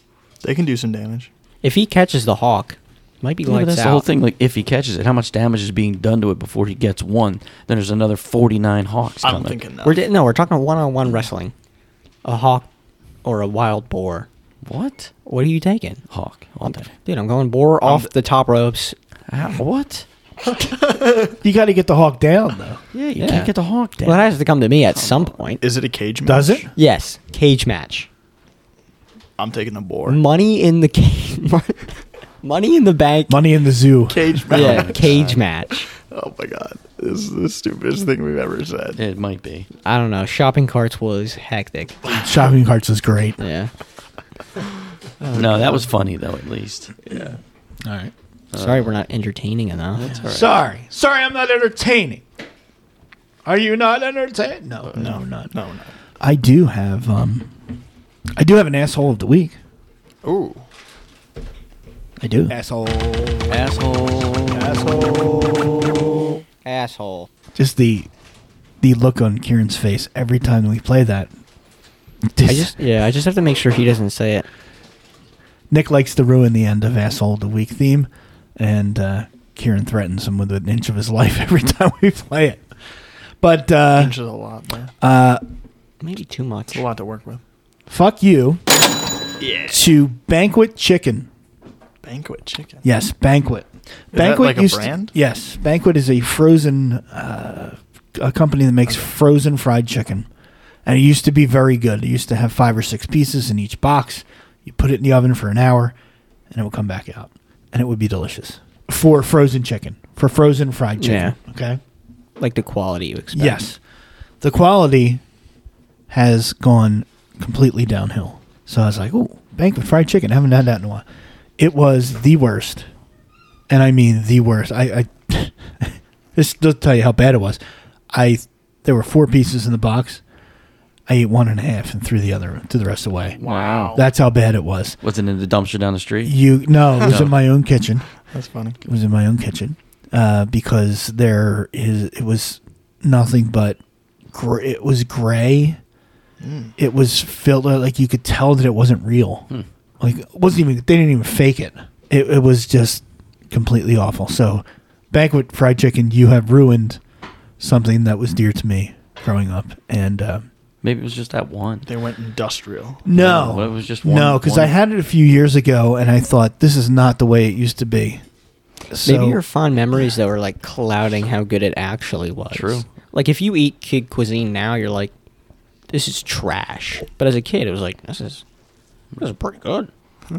Speaker 5: They can do some damage.
Speaker 4: If he catches the hawk, might be
Speaker 3: Yeah, but
Speaker 4: like
Speaker 3: that's the whole thing. Like, if he catches it, how much damage is being done to it before he gets one? Then there's another 49 hawks
Speaker 5: I
Speaker 3: coming.
Speaker 5: don't think enough.
Speaker 4: We're di- no, we're talking one-on-one wrestling. A hawk or a wild boar.
Speaker 3: What?
Speaker 4: What are you taking?
Speaker 3: Hawk. All day.
Speaker 4: Dude, I'm going boar off the top ropes.
Speaker 3: Ah, what?
Speaker 2: You got to get the hawk down though.
Speaker 3: Yeah, you
Speaker 4: Yeah.
Speaker 3: can't get the hawk down.
Speaker 4: Well, that has to come to me at some point.
Speaker 5: Is it a cage match?
Speaker 2: Does it?
Speaker 4: Yes, cage match.
Speaker 5: I'm taking the boar.
Speaker 4: Money in the cage. Money in the bank.
Speaker 2: Money in the zoo.
Speaker 5: Cage match.
Speaker 4: Yeah, cage match.
Speaker 5: Oh my god. This is the stupidest thing we've ever said.
Speaker 3: it might be.
Speaker 4: I don't know. Shopping carts was hectic.
Speaker 2: Shopping carts is great.
Speaker 4: Yeah. Oh,
Speaker 3: no, that was funny, though, at least.
Speaker 2: All right.
Speaker 4: Sorry, we're not entertaining enough.
Speaker 2: Sorry. Sorry, I'm not entertaining. Are you not entertained? No, no, I'm not.
Speaker 5: No, no.
Speaker 2: I do have um I do have an asshole of the week.
Speaker 5: Ooh.
Speaker 2: I do. Asshole.
Speaker 3: Asshole.
Speaker 2: Asshole.
Speaker 4: Asshole.
Speaker 2: Just the the look on Kieran's face every time we play that.
Speaker 4: I just yeah. I just have to make sure he doesn't say it.
Speaker 2: Nick likes to ruin the end of asshole of the week theme and uh Kieran threatens him with an inch of his life every time we play it. But uh,
Speaker 5: Inch is a lot, man.
Speaker 2: uh
Speaker 4: Maybe too much.
Speaker 5: It's a lot to work with.
Speaker 2: fuck you to Banquet Chicken.
Speaker 5: Banquet chicken.
Speaker 2: Yes, Banquet.
Speaker 5: that like a
Speaker 2: used to-
Speaker 5: brand?
Speaker 2: yes, Banquet is a frozen uh, a company that makes frozen fried chicken, and it used to be very good. It used to have five or six pieces in each box. You put it in the oven for an hour, and it would come back out, and it would be delicious for frozen chicken, for frozen fried chicken.
Speaker 4: Yeah.
Speaker 2: Okay.
Speaker 4: Like the quality you expect.
Speaker 2: Yes. The quality has gone completely downhill. So I was like, ooh, banquet fried chicken. haven't had that in a while. It was the worst. And I mean the worst. I, I this does tell you how bad it was. I there were four pieces in the box. I ate one and a half and threw the other threw the rest away.
Speaker 3: Wow.
Speaker 2: That's how bad it was.
Speaker 3: Was it in the dumpster down the street?
Speaker 2: You no, it was
Speaker 3: No.
Speaker 2: in my own kitchen.
Speaker 5: That's funny.
Speaker 2: It was in my own kitchen uh, because there is it was nothing but gr- it was gray. It was filled uh, like you could tell that it wasn't real.
Speaker 3: Hmm.
Speaker 2: Like it wasn't even they didn't even fake it. It it was just completely awful. So banquet fried chicken, you have ruined something that was dear to me growing up and. Uh,
Speaker 3: Maybe it was just that one.
Speaker 5: They went industrial.
Speaker 2: no,
Speaker 3: Well, it was just one-
Speaker 2: no, because I
Speaker 3: one-
Speaker 2: had it a few years ago, and I thought this is not the way it used to be. So,
Speaker 4: Maybe your fond memories though are like clouding how good it actually was.
Speaker 3: True.
Speaker 4: Like if you eat kid cuisine now, you're like, this is trash. But as a kid, it was like this is this is pretty good.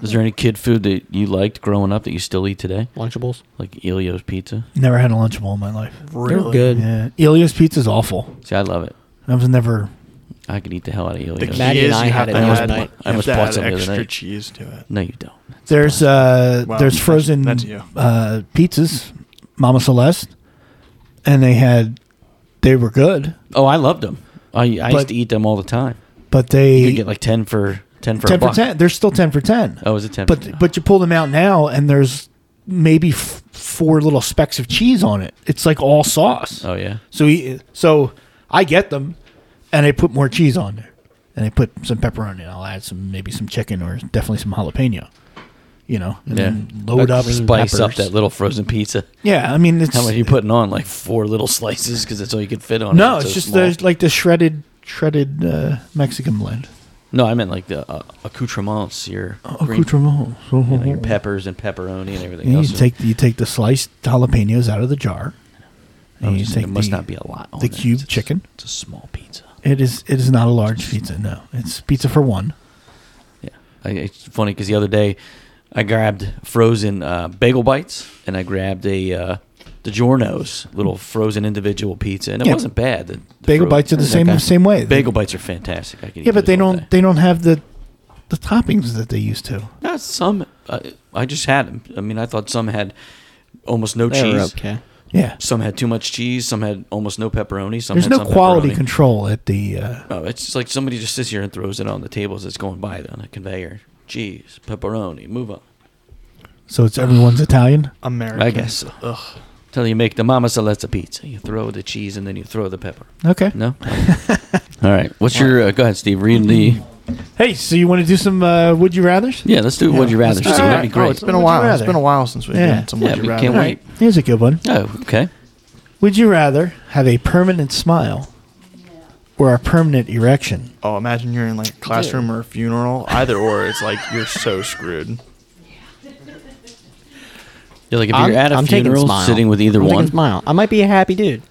Speaker 3: Is there any kid food that you liked growing up that you still eat today?
Speaker 4: Lunchables,
Speaker 3: Like Elio's pizza?
Speaker 2: never had a Lunchable in my life.
Speaker 4: they're good.
Speaker 2: Yeah, Ilya's pizza's awful.
Speaker 3: See, I love it.
Speaker 2: I was never.
Speaker 3: I could eat the hell out of
Speaker 5: The
Speaker 3: Elio's.
Speaker 5: key
Speaker 4: Maddie
Speaker 5: is
Speaker 4: and I
Speaker 5: you
Speaker 4: had
Speaker 5: have
Speaker 4: it
Speaker 5: to
Speaker 4: the other
Speaker 5: add,
Speaker 4: night.
Speaker 5: you have
Speaker 3: almost
Speaker 5: to
Speaker 3: bought
Speaker 5: add
Speaker 3: some the other
Speaker 5: extra
Speaker 3: night. Mm.
Speaker 5: cheese to it.
Speaker 3: no, you don't.
Speaker 2: There's uh,
Speaker 5: Wow,
Speaker 2: there's
Speaker 5: that's-
Speaker 2: frozen
Speaker 5: that's you.
Speaker 2: uh pizzas, Mama Celeste, and they had, they were good,
Speaker 3: Oh, I loved them. I, I
Speaker 2: But-
Speaker 3: used to eat them all the time.
Speaker 2: but
Speaker 3: You
Speaker 2: they
Speaker 3: could get like ten for ten for a
Speaker 2: ten for
Speaker 3: buck.
Speaker 2: ten. They're still ten for ten.
Speaker 3: Oh, is it ten? for
Speaker 2: but
Speaker 3: 10?
Speaker 2: but you pull them out now, and there's maybe f- four little specks of cheese on it. It's like all sauce.
Speaker 3: oh yeah.
Speaker 2: So he, so I get them, and I put more cheese on there, and I put some pepperoni, and I'll add some maybe some chicken or definitely some jalapeno, you know, and
Speaker 3: Yeah.
Speaker 2: then load up,
Speaker 3: Spice up
Speaker 2: peppers.
Speaker 3: that little frozen pizza.
Speaker 2: Yeah, I mean, it's
Speaker 3: How much are you putting on? Like four little slices because that's all you could fit on. it.
Speaker 2: No, it's,
Speaker 3: so
Speaker 2: just
Speaker 3: small.
Speaker 2: the, like the shredded shredded uh, Mexican blend.
Speaker 3: no. I meant like the uh, accoutrements, your green-
Speaker 2: Accoutrement.
Speaker 3: you know, your peppers and pepperoni and everything
Speaker 2: Yeah,
Speaker 3: else.
Speaker 2: you take you take the sliced jalapenos out of the jar.
Speaker 3: I was
Speaker 2: you
Speaker 3: just saying,
Speaker 2: take
Speaker 3: it must
Speaker 2: the-
Speaker 3: not be a lot. On
Speaker 2: the
Speaker 3: it.
Speaker 2: cubed
Speaker 3: It's-
Speaker 2: chicken.
Speaker 3: It's a small pizza.
Speaker 2: It is it is not a large pizza. No, it's pizza for one.
Speaker 3: Yeah, I, it's funny because the other day I grabbed frozen uh, bagel bites and I grabbed a uh, DiGiorno's little frozen individual pizza, and it
Speaker 2: Yeah.
Speaker 3: wasn't bad. The, the
Speaker 2: Bagel
Speaker 3: fro-
Speaker 2: bites are the same
Speaker 4: Okay.
Speaker 2: same way.
Speaker 3: bagel bites are fantastic. I can
Speaker 2: Yeah,
Speaker 3: eat
Speaker 2: but they
Speaker 3: those all
Speaker 2: don't
Speaker 3: day.
Speaker 2: they don't have the the toppings that they used to.
Speaker 3: Uh, some I I just had them. I mean, I thought some had almost no
Speaker 4: They were
Speaker 3: cheese.
Speaker 4: okay.
Speaker 2: Yeah.
Speaker 3: Some had too much cheese. Some had almost no pepperoni. Some
Speaker 2: There's
Speaker 3: had
Speaker 2: no
Speaker 3: some
Speaker 2: quality
Speaker 3: pepperoni.
Speaker 2: control at the uh,
Speaker 3: Oh, it's just like somebody just sits here and throws it on the table as it's going by on a conveyor. Cheese, pepperoni, move on.
Speaker 2: so it's everyone's Italian.
Speaker 5: American.
Speaker 3: I guess.
Speaker 5: Ugh.
Speaker 3: Till you make the mama salsa pizza, you throw the cheese and then you throw the pepper.
Speaker 2: Okay.
Speaker 3: No. All right. What's your? Uh, go ahead, Steve. Read the.
Speaker 2: Hey, so you want to do some uh, would you rather's?
Speaker 3: Yeah, let's do.
Speaker 5: Yeah,
Speaker 3: Would you rather?
Speaker 5: let's
Speaker 3: Steve?
Speaker 5: do
Speaker 3: That'd
Speaker 5: that.
Speaker 3: be
Speaker 5: Oh,
Speaker 3: great.
Speaker 5: it's been a
Speaker 2: Would you
Speaker 5: while. It's
Speaker 2: rather?
Speaker 5: been a while since we've
Speaker 2: Yeah.
Speaker 5: done some
Speaker 3: Yeah,
Speaker 5: Would You
Speaker 3: we
Speaker 5: Rather.
Speaker 3: can't
Speaker 2: All right. Here's a good one.
Speaker 3: Oh, okay.
Speaker 2: Would you rather have a permanent smile or a permanent erection?
Speaker 5: Oh, imagine you're in like a classroom or a funeral. Either or, it's like you're so screwed.
Speaker 3: Yeah, like if
Speaker 4: I'm-
Speaker 3: you're at a
Speaker 4: I'm taking
Speaker 3: funeral,
Speaker 4: smile.
Speaker 3: sitting with either
Speaker 4: I'm taking
Speaker 3: one,
Speaker 4: Smile. I might be a happy dude.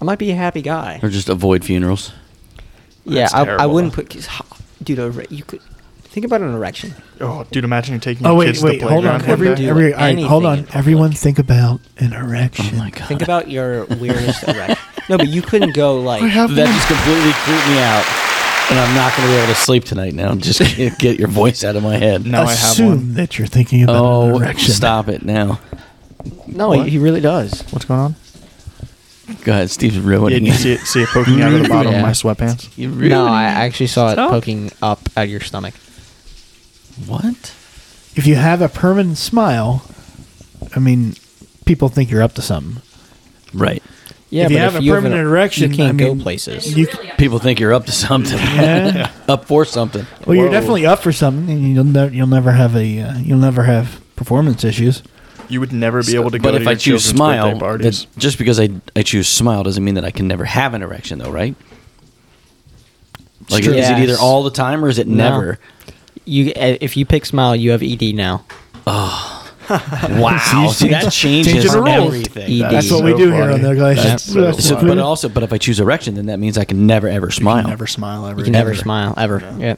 Speaker 4: I might be a happy guy.
Speaker 3: or just avoid funerals.
Speaker 4: Yeah,
Speaker 5: That's
Speaker 4: I, I
Speaker 5: terrible.
Speaker 4: wouldn't put. 'cause, ha- Dude, a re- you could think about an erection.
Speaker 5: Oh, dude, imagine you're taking
Speaker 2: Oh
Speaker 5: your
Speaker 2: wait,
Speaker 5: kids
Speaker 2: wait,
Speaker 5: to the
Speaker 2: hold on.
Speaker 5: playground.
Speaker 2: Every,
Speaker 5: one day.
Speaker 4: do
Speaker 2: every, all right, hold
Speaker 4: anything in
Speaker 2: on.
Speaker 4: public.
Speaker 2: Everyone, think about an erection.
Speaker 3: Oh my god.
Speaker 4: Think about your weirdest erection. No, but you couldn't go like.
Speaker 3: That just completely creeped me out, and I'm not going to be able to sleep tonight. Now, just get- get your voice out of my head.
Speaker 5: Now I have one.
Speaker 2: Assume that you're thinking about an
Speaker 3: Oh,
Speaker 2: erection.
Speaker 3: stop it now.
Speaker 4: No, he, he really does.
Speaker 5: What's going on?
Speaker 3: Go ahead, Steve's
Speaker 5: Yeah,
Speaker 3: ruining
Speaker 5: you
Speaker 3: it.
Speaker 5: see it, see it poking out of the bottom of my sweatpants.
Speaker 3: You really?
Speaker 4: No, I actually saw it
Speaker 3: Stop.
Speaker 4: poking up at your stomach.
Speaker 3: What?
Speaker 2: If you have a permanent smile, I mean, people think you're up to something.
Speaker 3: Right.
Speaker 4: Yeah,
Speaker 2: If you
Speaker 4: but
Speaker 2: have
Speaker 4: if
Speaker 2: a
Speaker 4: you
Speaker 2: permanent
Speaker 4: an-
Speaker 2: erection,
Speaker 4: you can't
Speaker 2: I mean,
Speaker 4: go places.
Speaker 2: You,
Speaker 3: People think you're up to something.
Speaker 2: yeah.
Speaker 3: up for something.
Speaker 2: Well, you're
Speaker 5: Whoa.
Speaker 2: definitely up for something, and you'll never you'll never have a uh, you'll never have performance issues.
Speaker 5: You would never be able to go
Speaker 3: but
Speaker 5: to
Speaker 3: if
Speaker 5: your
Speaker 3: I choose
Speaker 5: children's
Speaker 3: smile,
Speaker 5: birthday parties.
Speaker 3: that- just because I I choose smile doesn't mean that I can never have an erection, though, right? Like,
Speaker 4: true.
Speaker 3: is it either
Speaker 4: Yes.
Speaker 3: all the time or is it
Speaker 4: No.
Speaker 3: never?
Speaker 4: You, uh, if you pick smile, you have ED now.
Speaker 3: Wow, see, that changes
Speaker 2: changing the rules.
Speaker 3: everything.
Speaker 4: ED.
Speaker 2: That's what
Speaker 5: so
Speaker 2: we do here
Speaker 5: funny.
Speaker 2: on the guys.
Speaker 5: That's
Speaker 2: Just-
Speaker 5: so
Speaker 2: just-
Speaker 3: So, but also, but if I choose erection, then that means I can never ever smile.
Speaker 5: Never smile ever.
Speaker 4: You can never
Speaker 5: again.
Speaker 4: smile ever. Yeah.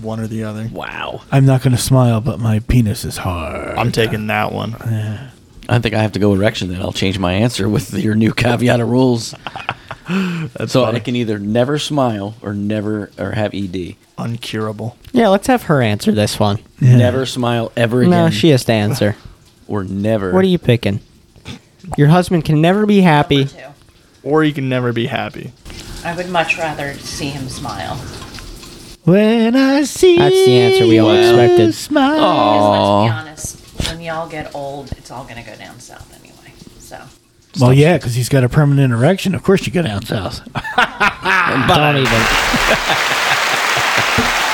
Speaker 5: One or the other.
Speaker 3: Wow,
Speaker 2: I'm not going to smile, but my penis is hard.
Speaker 5: I'm taking that one.
Speaker 3: I think I have to go erection. Then I'll change my answer with your new caveat of rules. so I can either never smile or never or have E ED.
Speaker 5: Uncurable.
Speaker 4: Yeah, let's have her answer this one.
Speaker 3: Never smile ever again.
Speaker 4: No, she has to answer.
Speaker 3: or never.
Speaker 4: What are you picking? Your husband can never be happy.
Speaker 5: Or you can never be happy.
Speaker 6: I would much rather see him smile.
Speaker 2: When I see
Speaker 4: That's the answer we all
Speaker 2: you
Speaker 4: expected. Oh,
Speaker 2: Smile.
Speaker 6: Because let's be honest, when y'all get old, it's all going to go down south anyway. So
Speaker 2: Well, yeah, because he's got a permanent erection. Of course, you go down south.
Speaker 4: Don't even.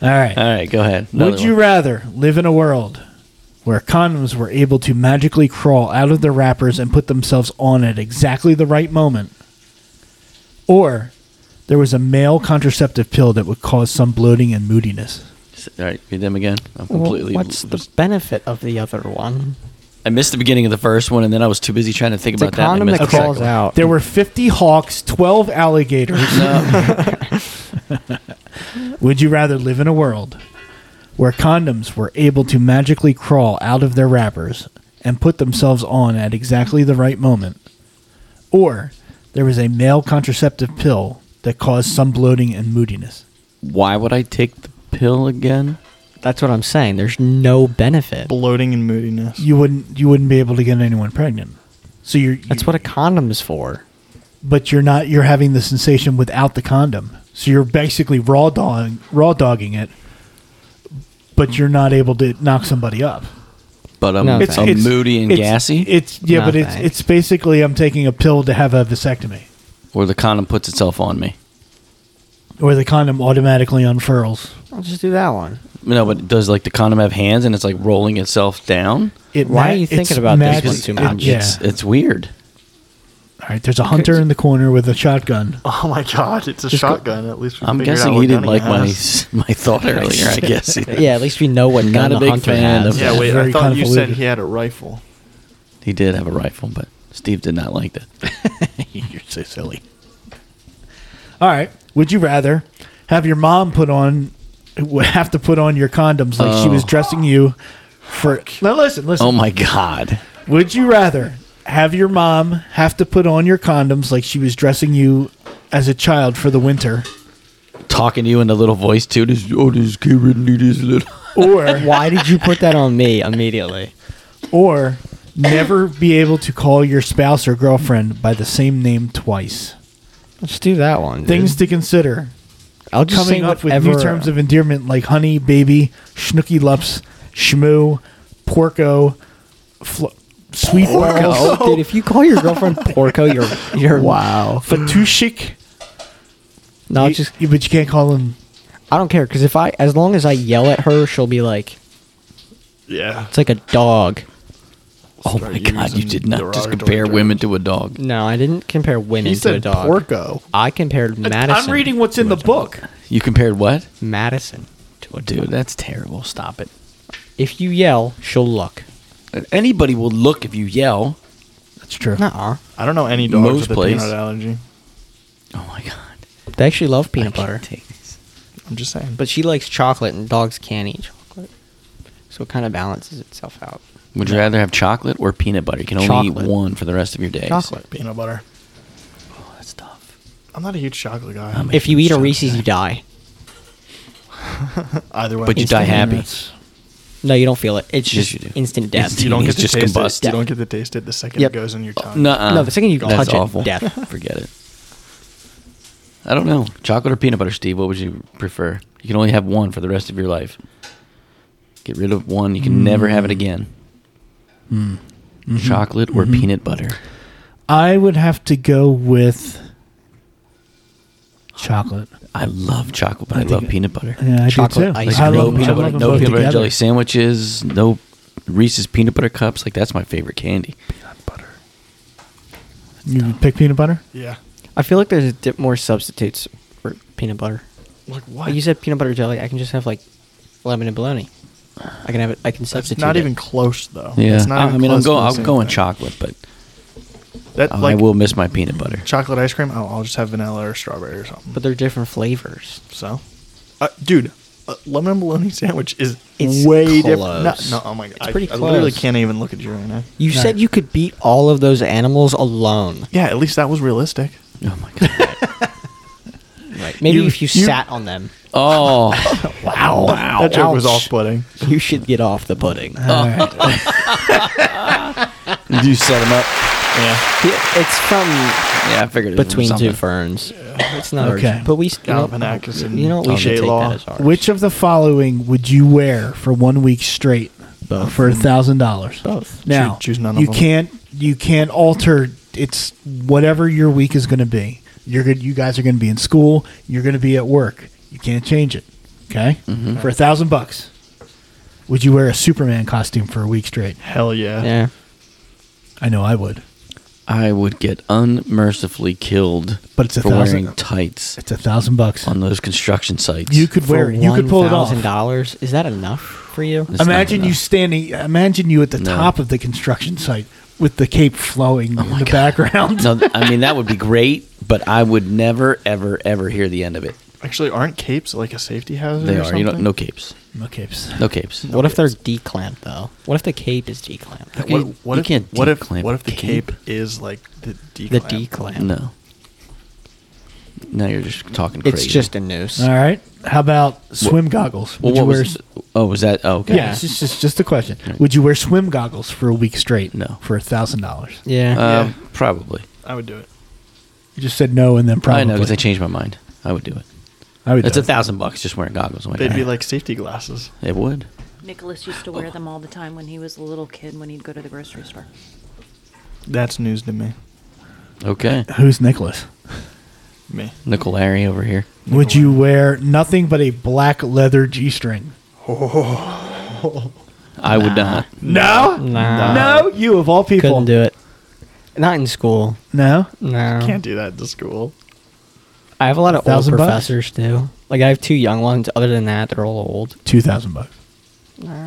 Speaker 2: All right.
Speaker 3: All right, go ahead. Another
Speaker 2: Would you
Speaker 3: one.
Speaker 2: rather live in a world where condoms were able to magically crawl out of their wrappers and put themselves on at exactly the right moment, or there was a male contraceptive pill that would cause some bloating and moodiness?
Speaker 3: All right, read them again. I'm
Speaker 4: Well,
Speaker 3: completely.
Speaker 4: what's the benefit of the other one?
Speaker 3: I missed the beginning of the first one, and then I was too busy trying to think
Speaker 4: It's a
Speaker 3: about that. and I
Speaker 4: condom
Speaker 3: missed
Speaker 4: that
Speaker 3: the second
Speaker 4: crawls
Speaker 3: one.
Speaker 4: out.
Speaker 2: There were 50 hawks, 12 alligators. Would you rather live in a world where condoms were able to magically crawl out of their wrappers and put themselves on at exactly the right moment? Or there was a male contraceptive pill that caused some bloating and moodiness?
Speaker 3: Why would I take the pill again?
Speaker 4: That's what I'm saying. There's no benefit.
Speaker 5: Bloating and moodiness.
Speaker 2: You wouldn't you wouldn't be able to get anyone pregnant. So you're
Speaker 4: That's what a condom's for.
Speaker 2: but you're not you're having the sensation without the condom. So you're basically raw dogging raw dogging it, but you're not able to knock somebody up.
Speaker 3: But I'm,
Speaker 4: No,
Speaker 3: I'm
Speaker 4: It's-
Speaker 3: moody and
Speaker 2: it's-
Speaker 3: gassy,
Speaker 2: It's yeah,
Speaker 4: No,
Speaker 2: but it's
Speaker 4: thanks.
Speaker 2: it's basically I'm taking a pill to have a vasectomy,
Speaker 3: or the condom puts itself on me.
Speaker 2: or the condom automatically unfurls.
Speaker 4: I'll just do that one.
Speaker 3: No, but does like the condom have hands and it's like rolling itself down?
Speaker 2: It
Speaker 4: Why are you
Speaker 2: it's
Speaker 4: thinking about this
Speaker 2: magic-
Speaker 4: one too
Speaker 2: It,
Speaker 4: much?
Speaker 2: yeah.
Speaker 3: It's it's weird.
Speaker 2: All right. There's a hunter in the corner with a shotgun.
Speaker 5: Oh my god, it's a shotgun. At least we
Speaker 3: I'm
Speaker 5: figured out
Speaker 3: guessing
Speaker 5: what
Speaker 3: he didn't
Speaker 5: gun
Speaker 3: like my
Speaker 5: has.
Speaker 3: my thought earlier. I guess.
Speaker 4: Yeah, at least we know what
Speaker 3: Not
Speaker 4: gun
Speaker 3: a
Speaker 4: the
Speaker 3: big
Speaker 4: hunter
Speaker 3: fan
Speaker 4: has.
Speaker 3: of-
Speaker 5: Yeah, wait. I
Speaker 2: Very
Speaker 5: thought you said
Speaker 2: convoluted.
Speaker 5: he had a rifle.
Speaker 3: he did have a rifle, but Steve did not like that.
Speaker 2: You're so silly. All right. Would you rather have your mom put on would have to put on your condoms like she was
Speaker 4: Oh.
Speaker 2: dressing you for. Now listen, listen.
Speaker 3: Oh my god.
Speaker 2: Would you rather have your mom have to put on your condoms like she was dressing you as a child for the winter,
Speaker 3: Talking to you in a little voice too. This, oh, this kid really need his little.
Speaker 2: or
Speaker 4: Why did you put that on me immediately?
Speaker 2: or never be able to call your spouse or girlfriend by the same name twice?
Speaker 4: Let's do that one. dude.
Speaker 2: Things to consider.
Speaker 4: I'll just
Speaker 2: Coming
Speaker 4: say
Speaker 2: up with
Speaker 4: whatever,
Speaker 2: new terms of endearment like honey, baby, schnooky lups, shmoo, porco, fl- sweet
Speaker 4: Porco. Oh,
Speaker 2: balls,
Speaker 4: Dude, if you call your girlfriend Porco, you're you're wow.
Speaker 2: fatushik.
Speaker 4: No,
Speaker 2: You-
Speaker 4: just
Speaker 2: you- but you can't call him.
Speaker 4: I don't care because if I as long as I yell at her, she'll be like
Speaker 5: Yeah.
Speaker 4: it's like a dog.
Speaker 3: Oh my god, you
Speaker 5: using
Speaker 3: did not just
Speaker 5: derogatory
Speaker 3: compare women to a dog.
Speaker 4: No, I didn't compare women
Speaker 2: He
Speaker 4: to a
Speaker 2: said
Speaker 4: dog.
Speaker 2: porco.
Speaker 4: I compared Madison.
Speaker 2: I'm reading what's in the book.
Speaker 3: You compared what?
Speaker 4: Madison to a
Speaker 3: Dude,
Speaker 4: dude.
Speaker 3: that's terrible. Stop it.
Speaker 4: If you yell, she'll look.
Speaker 3: Anybody will look if you yell.
Speaker 2: That's true.
Speaker 4: Nuh-uh.
Speaker 5: I don't know any dogs
Speaker 3: Most
Speaker 5: with a
Speaker 3: place.
Speaker 5: peanut allergy.
Speaker 3: Oh my god.
Speaker 4: They actually love peanut
Speaker 3: I can't
Speaker 4: butter,
Speaker 3: take this.
Speaker 5: I'm just saying.
Speaker 4: but she likes chocolate, and dogs can't eat chocolate, so it kind of balances itself out.
Speaker 3: Would you rather have chocolate or peanut butter? You can only
Speaker 4: Chocolate.
Speaker 3: eat one for the rest of your days.
Speaker 4: Chocolate.
Speaker 5: peanut butter.
Speaker 3: Oh, that's tough.
Speaker 5: I'm not a huge chocolate guy.
Speaker 3: I'm a-
Speaker 4: If you eat a
Speaker 3: Chocolate.
Speaker 4: Reese's, you die.
Speaker 5: Either way,
Speaker 3: But you die happy.
Speaker 4: No, you don't feel it. It's
Speaker 3: Yes,
Speaker 4: just
Speaker 3: you do.
Speaker 4: instant death.
Speaker 3: Instant
Speaker 5: You don't
Speaker 3: It's
Speaker 5: get to
Speaker 3: just
Speaker 5: taste
Speaker 3: combust. Oh,
Speaker 5: it. You don't get to taste it the second
Speaker 4: Yep.
Speaker 5: it goes in your tongue.
Speaker 3: Nuh-uh.
Speaker 4: No, the second you
Speaker 3: That's
Speaker 4: touch it,
Speaker 3: awful.
Speaker 4: death.
Speaker 3: Forget it. I don't know. Chocolate or peanut butter, Steve? What would you prefer? You can only have one for the rest of your life. Get rid of one. You can never have it again. Chocolate or peanut butter?
Speaker 2: I would have to go with chocolate.
Speaker 3: I love chocolate, but I,
Speaker 2: I think
Speaker 3: love
Speaker 2: it-
Speaker 3: peanut butter.
Speaker 2: Yeah, I
Speaker 4: Chocolate
Speaker 2: do too.
Speaker 3: Like
Speaker 4: ice
Speaker 2: I
Speaker 4: cream.
Speaker 3: no
Speaker 2: love, I
Speaker 3: peanut
Speaker 2: love
Speaker 3: butter,
Speaker 2: them
Speaker 3: no
Speaker 2: both
Speaker 3: peanut butter
Speaker 2: together.
Speaker 3: jelly sandwiches, no Reese's peanut butter cups. Like that's my favorite candy.
Speaker 2: You would pick peanut butter?
Speaker 5: Yeah.
Speaker 4: I feel like there's a dip more substitutes for peanut butter. Like
Speaker 5: Like what?
Speaker 4: you said, peanut butter jelly. I can just have like lemon and bologna. I can have it. I can
Speaker 5: That's
Speaker 4: substitute.
Speaker 5: not
Speaker 4: it.
Speaker 5: even close though.
Speaker 3: Yeah,
Speaker 5: It's not
Speaker 3: I,
Speaker 5: even
Speaker 3: I mean, I'm
Speaker 5: close to
Speaker 3: going.
Speaker 5: the
Speaker 3: I'm
Speaker 5: same
Speaker 3: going
Speaker 5: thing.
Speaker 3: chocolate, but
Speaker 5: That
Speaker 3: I
Speaker 5: like
Speaker 3: will miss my peanut butter.
Speaker 5: chocolate ice cream. I'll, I'll just have vanilla or strawberry or something.
Speaker 4: But they're different flavors.
Speaker 5: so, uh, dude, a lemon and bologna sandwich is
Speaker 4: It's
Speaker 5: way
Speaker 4: close.
Speaker 5: different. No, no, oh my god, I,
Speaker 4: pretty
Speaker 5: I literally
Speaker 4: close.
Speaker 5: can't even look at you right now.
Speaker 4: You said you could beat all of those animals alone.
Speaker 5: Yeah, at least that was realistic.
Speaker 3: Oh my god!
Speaker 4: Right. Maybe
Speaker 2: You-
Speaker 4: if you,
Speaker 2: you-
Speaker 4: sat on them,
Speaker 3: Oh,
Speaker 5: Wow, wow, that joke was
Speaker 4: ouch.
Speaker 5: off-putting.
Speaker 4: you should get off the pudding.
Speaker 2: Uh-huh.
Speaker 3: you set him up.
Speaker 5: Yeah,
Speaker 4: it's from
Speaker 3: Yeah, I figured it was
Speaker 4: between
Speaker 3: something.
Speaker 4: two ferns. It's not
Speaker 2: Okay.
Speaker 4: okay. But we you know,
Speaker 5: Galifianakis and
Speaker 4: you know what we should take
Speaker 5: J-Law.
Speaker 4: that as ours.
Speaker 2: Which of the following would you wear for one week straight
Speaker 4: Both.
Speaker 2: for a thousand dollars?
Speaker 4: both.
Speaker 2: Now
Speaker 5: Choose- choose none of
Speaker 2: you
Speaker 5: them.
Speaker 2: can't you can't alter it's whatever your week is going to be. You're good. You guys are going to be in school. You're going to be at work. You can't change it. Okay, for a thousand bucks, would you wear a Superman costume for a week straight?
Speaker 5: hell yeah.
Speaker 4: Yeah.
Speaker 2: I know I would.
Speaker 3: I would get unmercifully killed
Speaker 2: But it's a
Speaker 3: for
Speaker 2: thousand-
Speaker 3: wearing tights
Speaker 2: It's a thousand bucks.
Speaker 3: on those construction sites.
Speaker 2: You could wear. it. You could pull it off.
Speaker 4: dollars. Is that enough for you?
Speaker 3: It's not
Speaker 2: Imagine you
Speaker 3: enough.
Speaker 2: standing. Imagine you at the
Speaker 3: No.
Speaker 2: top of the construction site with the cape flowing in the background.
Speaker 3: No, th- I mean that would be great, but I would never, ever, ever hear the end of it.
Speaker 5: Actually, aren't capes like a safety hazard?
Speaker 3: They
Speaker 5: or
Speaker 3: are. You know,
Speaker 5: something?
Speaker 3: no capes.
Speaker 2: No capes.
Speaker 3: No capes.
Speaker 4: What if they're declamped though? What if the cape is declamped?
Speaker 3: Okay,
Speaker 5: What, what
Speaker 3: you
Speaker 5: if,
Speaker 3: can't
Speaker 5: what if
Speaker 3: declamp
Speaker 5: what if the
Speaker 3: cape.
Speaker 5: cape, is like the declamp?
Speaker 4: The declamp.
Speaker 3: No. Now you're just talking crazy.
Speaker 4: It's just a noose.
Speaker 2: All right. How about swim goggles?
Speaker 3: Well,
Speaker 2: Would you
Speaker 3: what
Speaker 2: wear
Speaker 3: was? Oh, was that? Oh, okay.
Speaker 2: Yeah, it's just, just just a question. Would you wear swim goggles for a week straight?
Speaker 3: No.
Speaker 2: for a thousand dollars.
Speaker 4: Yeah.
Speaker 3: Uh,
Speaker 5: Yeah.
Speaker 3: Probably.
Speaker 5: I would do it.
Speaker 2: You just said no, and then
Speaker 3: Probably.
Speaker 2: probably.
Speaker 3: I know because I changed my mind. I would do it.
Speaker 2: I would
Speaker 3: It's
Speaker 2: do
Speaker 3: a
Speaker 2: it.
Speaker 3: thousand bucks just wearing goggles. Why
Speaker 5: They'd
Speaker 3: not?
Speaker 5: be like safety glasses.
Speaker 3: It would.
Speaker 6: Nicholas used to wear them all the time when he was a little kid when he'd go to the grocery store.
Speaker 5: That's news to me.
Speaker 3: Okay.
Speaker 2: Who's Nicholas?
Speaker 5: Me.
Speaker 3: Nickel Larry over here.
Speaker 2: Would you wear nothing but a black leather g-string?
Speaker 3: I would not.
Speaker 2: No,
Speaker 4: Nah.
Speaker 2: no, you of all people
Speaker 4: Couldn't do it. Not in school.
Speaker 2: No,
Speaker 4: No.
Speaker 5: Can't do that to school.
Speaker 4: I have a lot of old
Speaker 2: Thousand bucks?
Speaker 4: professors too. Like I have two young ones. Other than that, they're all old.
Speaker 2: two thousand bucks.
Speaker 4: Maybe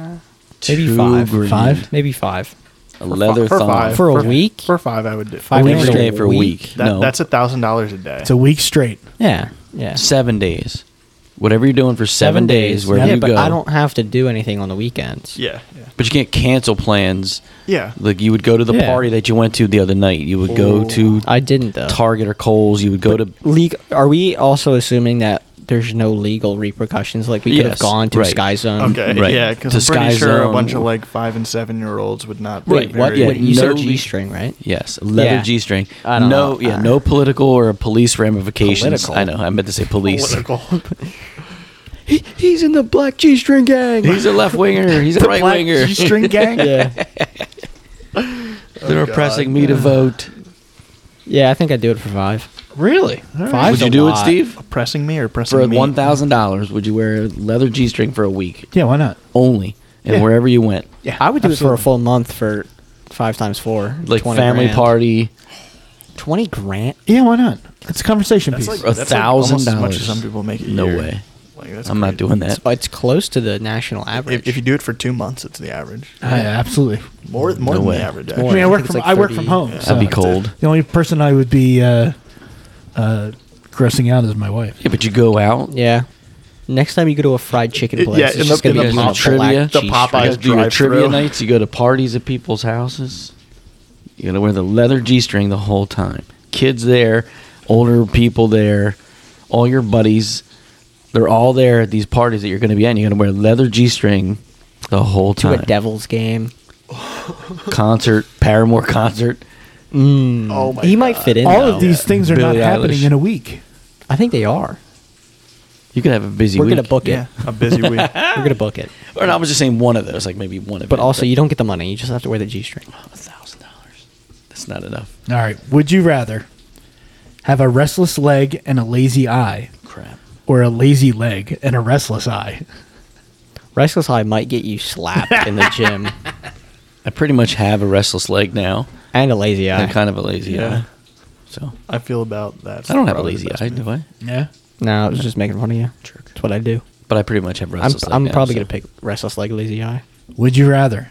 Speaker 3: Two
Speaker 4: five.
Speaker 3: grand.
Speaker 2: Five?
Speaker 4: Maybe five.
Speaker 3: A leather
Speaker 5: for
Speaker 3: thong.
Speaker 5: five.
Speaker 4: For a
Speaker 5: For-
Speaker 4: week?
Speaker 5: For five, I would do.
Speaker 4: Five
Speaker 3: A
Speaker 4: days
Speaker 3: week
Speaker 4: straight.
Speaker 3: straight for a
Speaker 4: Week?
Speaker 3: week.
Speaker 5: That,
Speaker 3: no.
Speaker 5: That's a thousand dollars a day.
Speaker 2: It's a week straight.
Speaker 4: Yeah. Yeah.
Speaker 3: seven days. Whatever you're doing for seven, days, wherever
Speaker 4: yeah,
Speaker 3: you
Speaker 4: but
Speaker 3: go.
Speaker 4: I don't have to do anything on the weekends.
Speaker 5: Yeah, yeah,
Speaker 3: But you can't cancel plans.
Speaker 5: yeah.
Speaker 3: Like you would go to the
Speaker 4: Yeah.
Speaker 3: party that you went to the other night. You would go to
Speaker 4: I didn't though.
Speaker 3: Target or Kohl's. You would go to
Speaker 4: League, are we also assuming that there's no legal repercussions? Like we could
Speaker 3: Yes,
Speaker 4: have gone to
Speaker 3: right.
Speaker 4: Sky Zone.
Speaker 5: Okay,
Speaker 3: um, Right.
Speaker 5: yeah,
Speaker 3: To
Speaker 5: because I'm
Speaker 3: Sky
Speaker 5: pretty sure
Speaker 3: Zone.
Speaker 5: a bunch of like five and seven year olds would not. be
Speaker 4: Wait, what?
Speaker 5: very-
Speaker 3: yeah,
Speaker 4: Wait, you
Speaker 3: no
Speaker 4: said
Speaker 3: G-
Speaker 4: G-string, right?
Speaker 3: yes, leather
Speaker 4: Yeah.
Speaker 3: g-string.
Speaker 4: I don't
Speaker 3: no,
Speaker 4: know.
Speaker 3: yeah,
Speaker 4: Uh,
Speaker 3: no political or police ramifications.
Speaker 4: Political?
Speaker 3: I know. I meant to say police.
Speaker 4: He, he's in the black G-string gang.
Speaker 3: He's a left winger. He's a right winger.
Speaker 8: String gang.
Speaker 4: yeah,
Speaker 3: They're pressing me to vote.
Speaker 4: yeah. I think I'd do it for five.
Speaker 8: Really?
Speaker 3: would
Speaker 4: Five's
Speaker 3: you
Speaker 4: a
Speaker 3: do
Speaker 4: lot.
Speaker 3: it, Steve?
Speaker 5: Pressing me or pressing
Speaker 3: For
Speaker 5: me?
Speaker 3: one thousand dollars, would you wear a leather g-string for a week
Speaker 2: Yeah, why not?
Speaker 3: only, and
Speaker 2: Yeah.
Speaker 3: wherever you went,
Speaker 2: Yeah,
Speaker 4: I would do it for a
Speaker 2: absolutely.
Speaker 4: full month for five times four,
Speaker 3: like
Speaker 4: 20
Speaker 3: family
Speaker 4: grand.
Speaker 3: party,
Speaker 4: Twenty grand.
Speaker 2: Yeah, why not? It's a conversation
Speaker 5: That's
Speaker 2: piece.
Speaker 5: like
Speaker 3: a
Speaker 5: that's like almost
Speaker 3: thousand
Speaker 5: as much
Speaker 3: dollars.
Speaker 5: as some people make a
Speaker 3: No
Speaker 5: year.
Speaker 3: way.
Speaker 5: Like, that's
Speaker 3: I'm not
Speaker 5: crazy.
Speaker 3: doing that.
Speaker 4: It's, it's close to the national average.
Speaker 5: If, if you do it for two months, it's the average.
Speaker 2: Ah, yeah, absolutely.
Speaker 5: More, more
Speaker 3: No
Speaker 5: than
Speaker 3: way.
Speaker 5: the average.
Speaker 4: more.
Speaker 2: I mean, I
Speaker 4: I
Speaker 2: work
Speaker 4: think
Speaker 2: from
Speaker 4: it's like
Speaker 2: I work
Speaker 4: 30.
Speaker 2: from home.
Speaker 5: Yeah.
Speaker 2: so
Speaker 3: That'd be
Speaker 5: that's it.
Speaker 3: cold.
Speaker 2: The only person I would be uh, uh, grossing out is my wife.
Speaker 3: Yeah, but you go out.
Speaker 4: yeah. Next time you go to a fried chicken
Speaker 5: It-
Speaker 4: place,
Speaker 5: yeah,
Speaker 4: it's
Speaker 5: and
Speaker 4: just
Speaker 5: the-
Speaker 4: gonna
Speaker 5: and
Speaker 4: be
Speaker 5: the
Speaker 4: you in a
Speaker 5: pop-
Speaker 3: trivia,
Speaker 4: black
Speaker 3: the
Speaker 4: cheese
Speaker 5: Popeye-
Speaker 3: You
Speaker 5: Eyes
Speaker 3: guys do your
Speaker 5: drive-through.
Speaker 3: trivia nights. You go to parties at people's houses. You gotta wear the leather g-string the whole time. Kids there, older people there, all your buddies. They're all there at these parties that you're gonna be at. and You're gonna wear leather g-string the whole
Speaker 4: to a
Speaker 3: time.
Speaker 4: Devils game.
Speaker 3: concert, Paramore concert.
Speaker 5: Oh my
Speaker 4: he might fit in.
Speaker 2: All
Speaker 4: though.
Speaker 2: of these things are
Speaker 3: Billie
Speaker 2: not happening
Speaker 3: Eilish.
Speaker 2: in a week.
Speaker 4: I think they are.
Speaker 3: You could have a busy
Speaker 4: We're
Speaker 3: week.
Speaker 4: gonna book
Speaker 5: Yeah,
Speaker 4: it.
Speaker 5: a busy week.
Speaker 4: We're gonna book it.
Speaker 3: Or no, I was just saying one of those, like maybe one of.
Speaker 4: But also, you don't get the money. You just have to wear the g-string.
Speaker 3: thousand dollars. That's not enough.
Speaker 2: All right. Would you rather have a restless leg and a lazy eye,
Speaker 3: Crap.
Speaker 2: or a lazy leg and a restless eye?
Speaker 4: Restless High might get you slapped in the gym
Speaker 3: I pretty much have a restless leg now.
Speaker 4: and a lazy eye.
Speaker 3: I'm kind of a lazy
Speaker 5: Yeah.
Speaker 3: eye. So
Speaker 5: I feel about that.
Speaker 3: I don't have a
Speaker 5: Probably
Speaker 3: lazy
Speaker 5: the best
Speaker 3: eye,
Speaker 5: move.
Speaker 3: do I?
Speaker 2: Yeah.
Speaker 4: no, I was just making fun of you. That's what I do.
Speaker 3: But I pretty much have
Speaker 4: I'm,
Speaker 3: restless leg.
Speaker 4: I'm
Speaker 3: now,
Speaker 4: probably
Speaker 3: so.
Speaker 4: gonna pick restless leg, lazy eye.
Speaker 2: Would you rather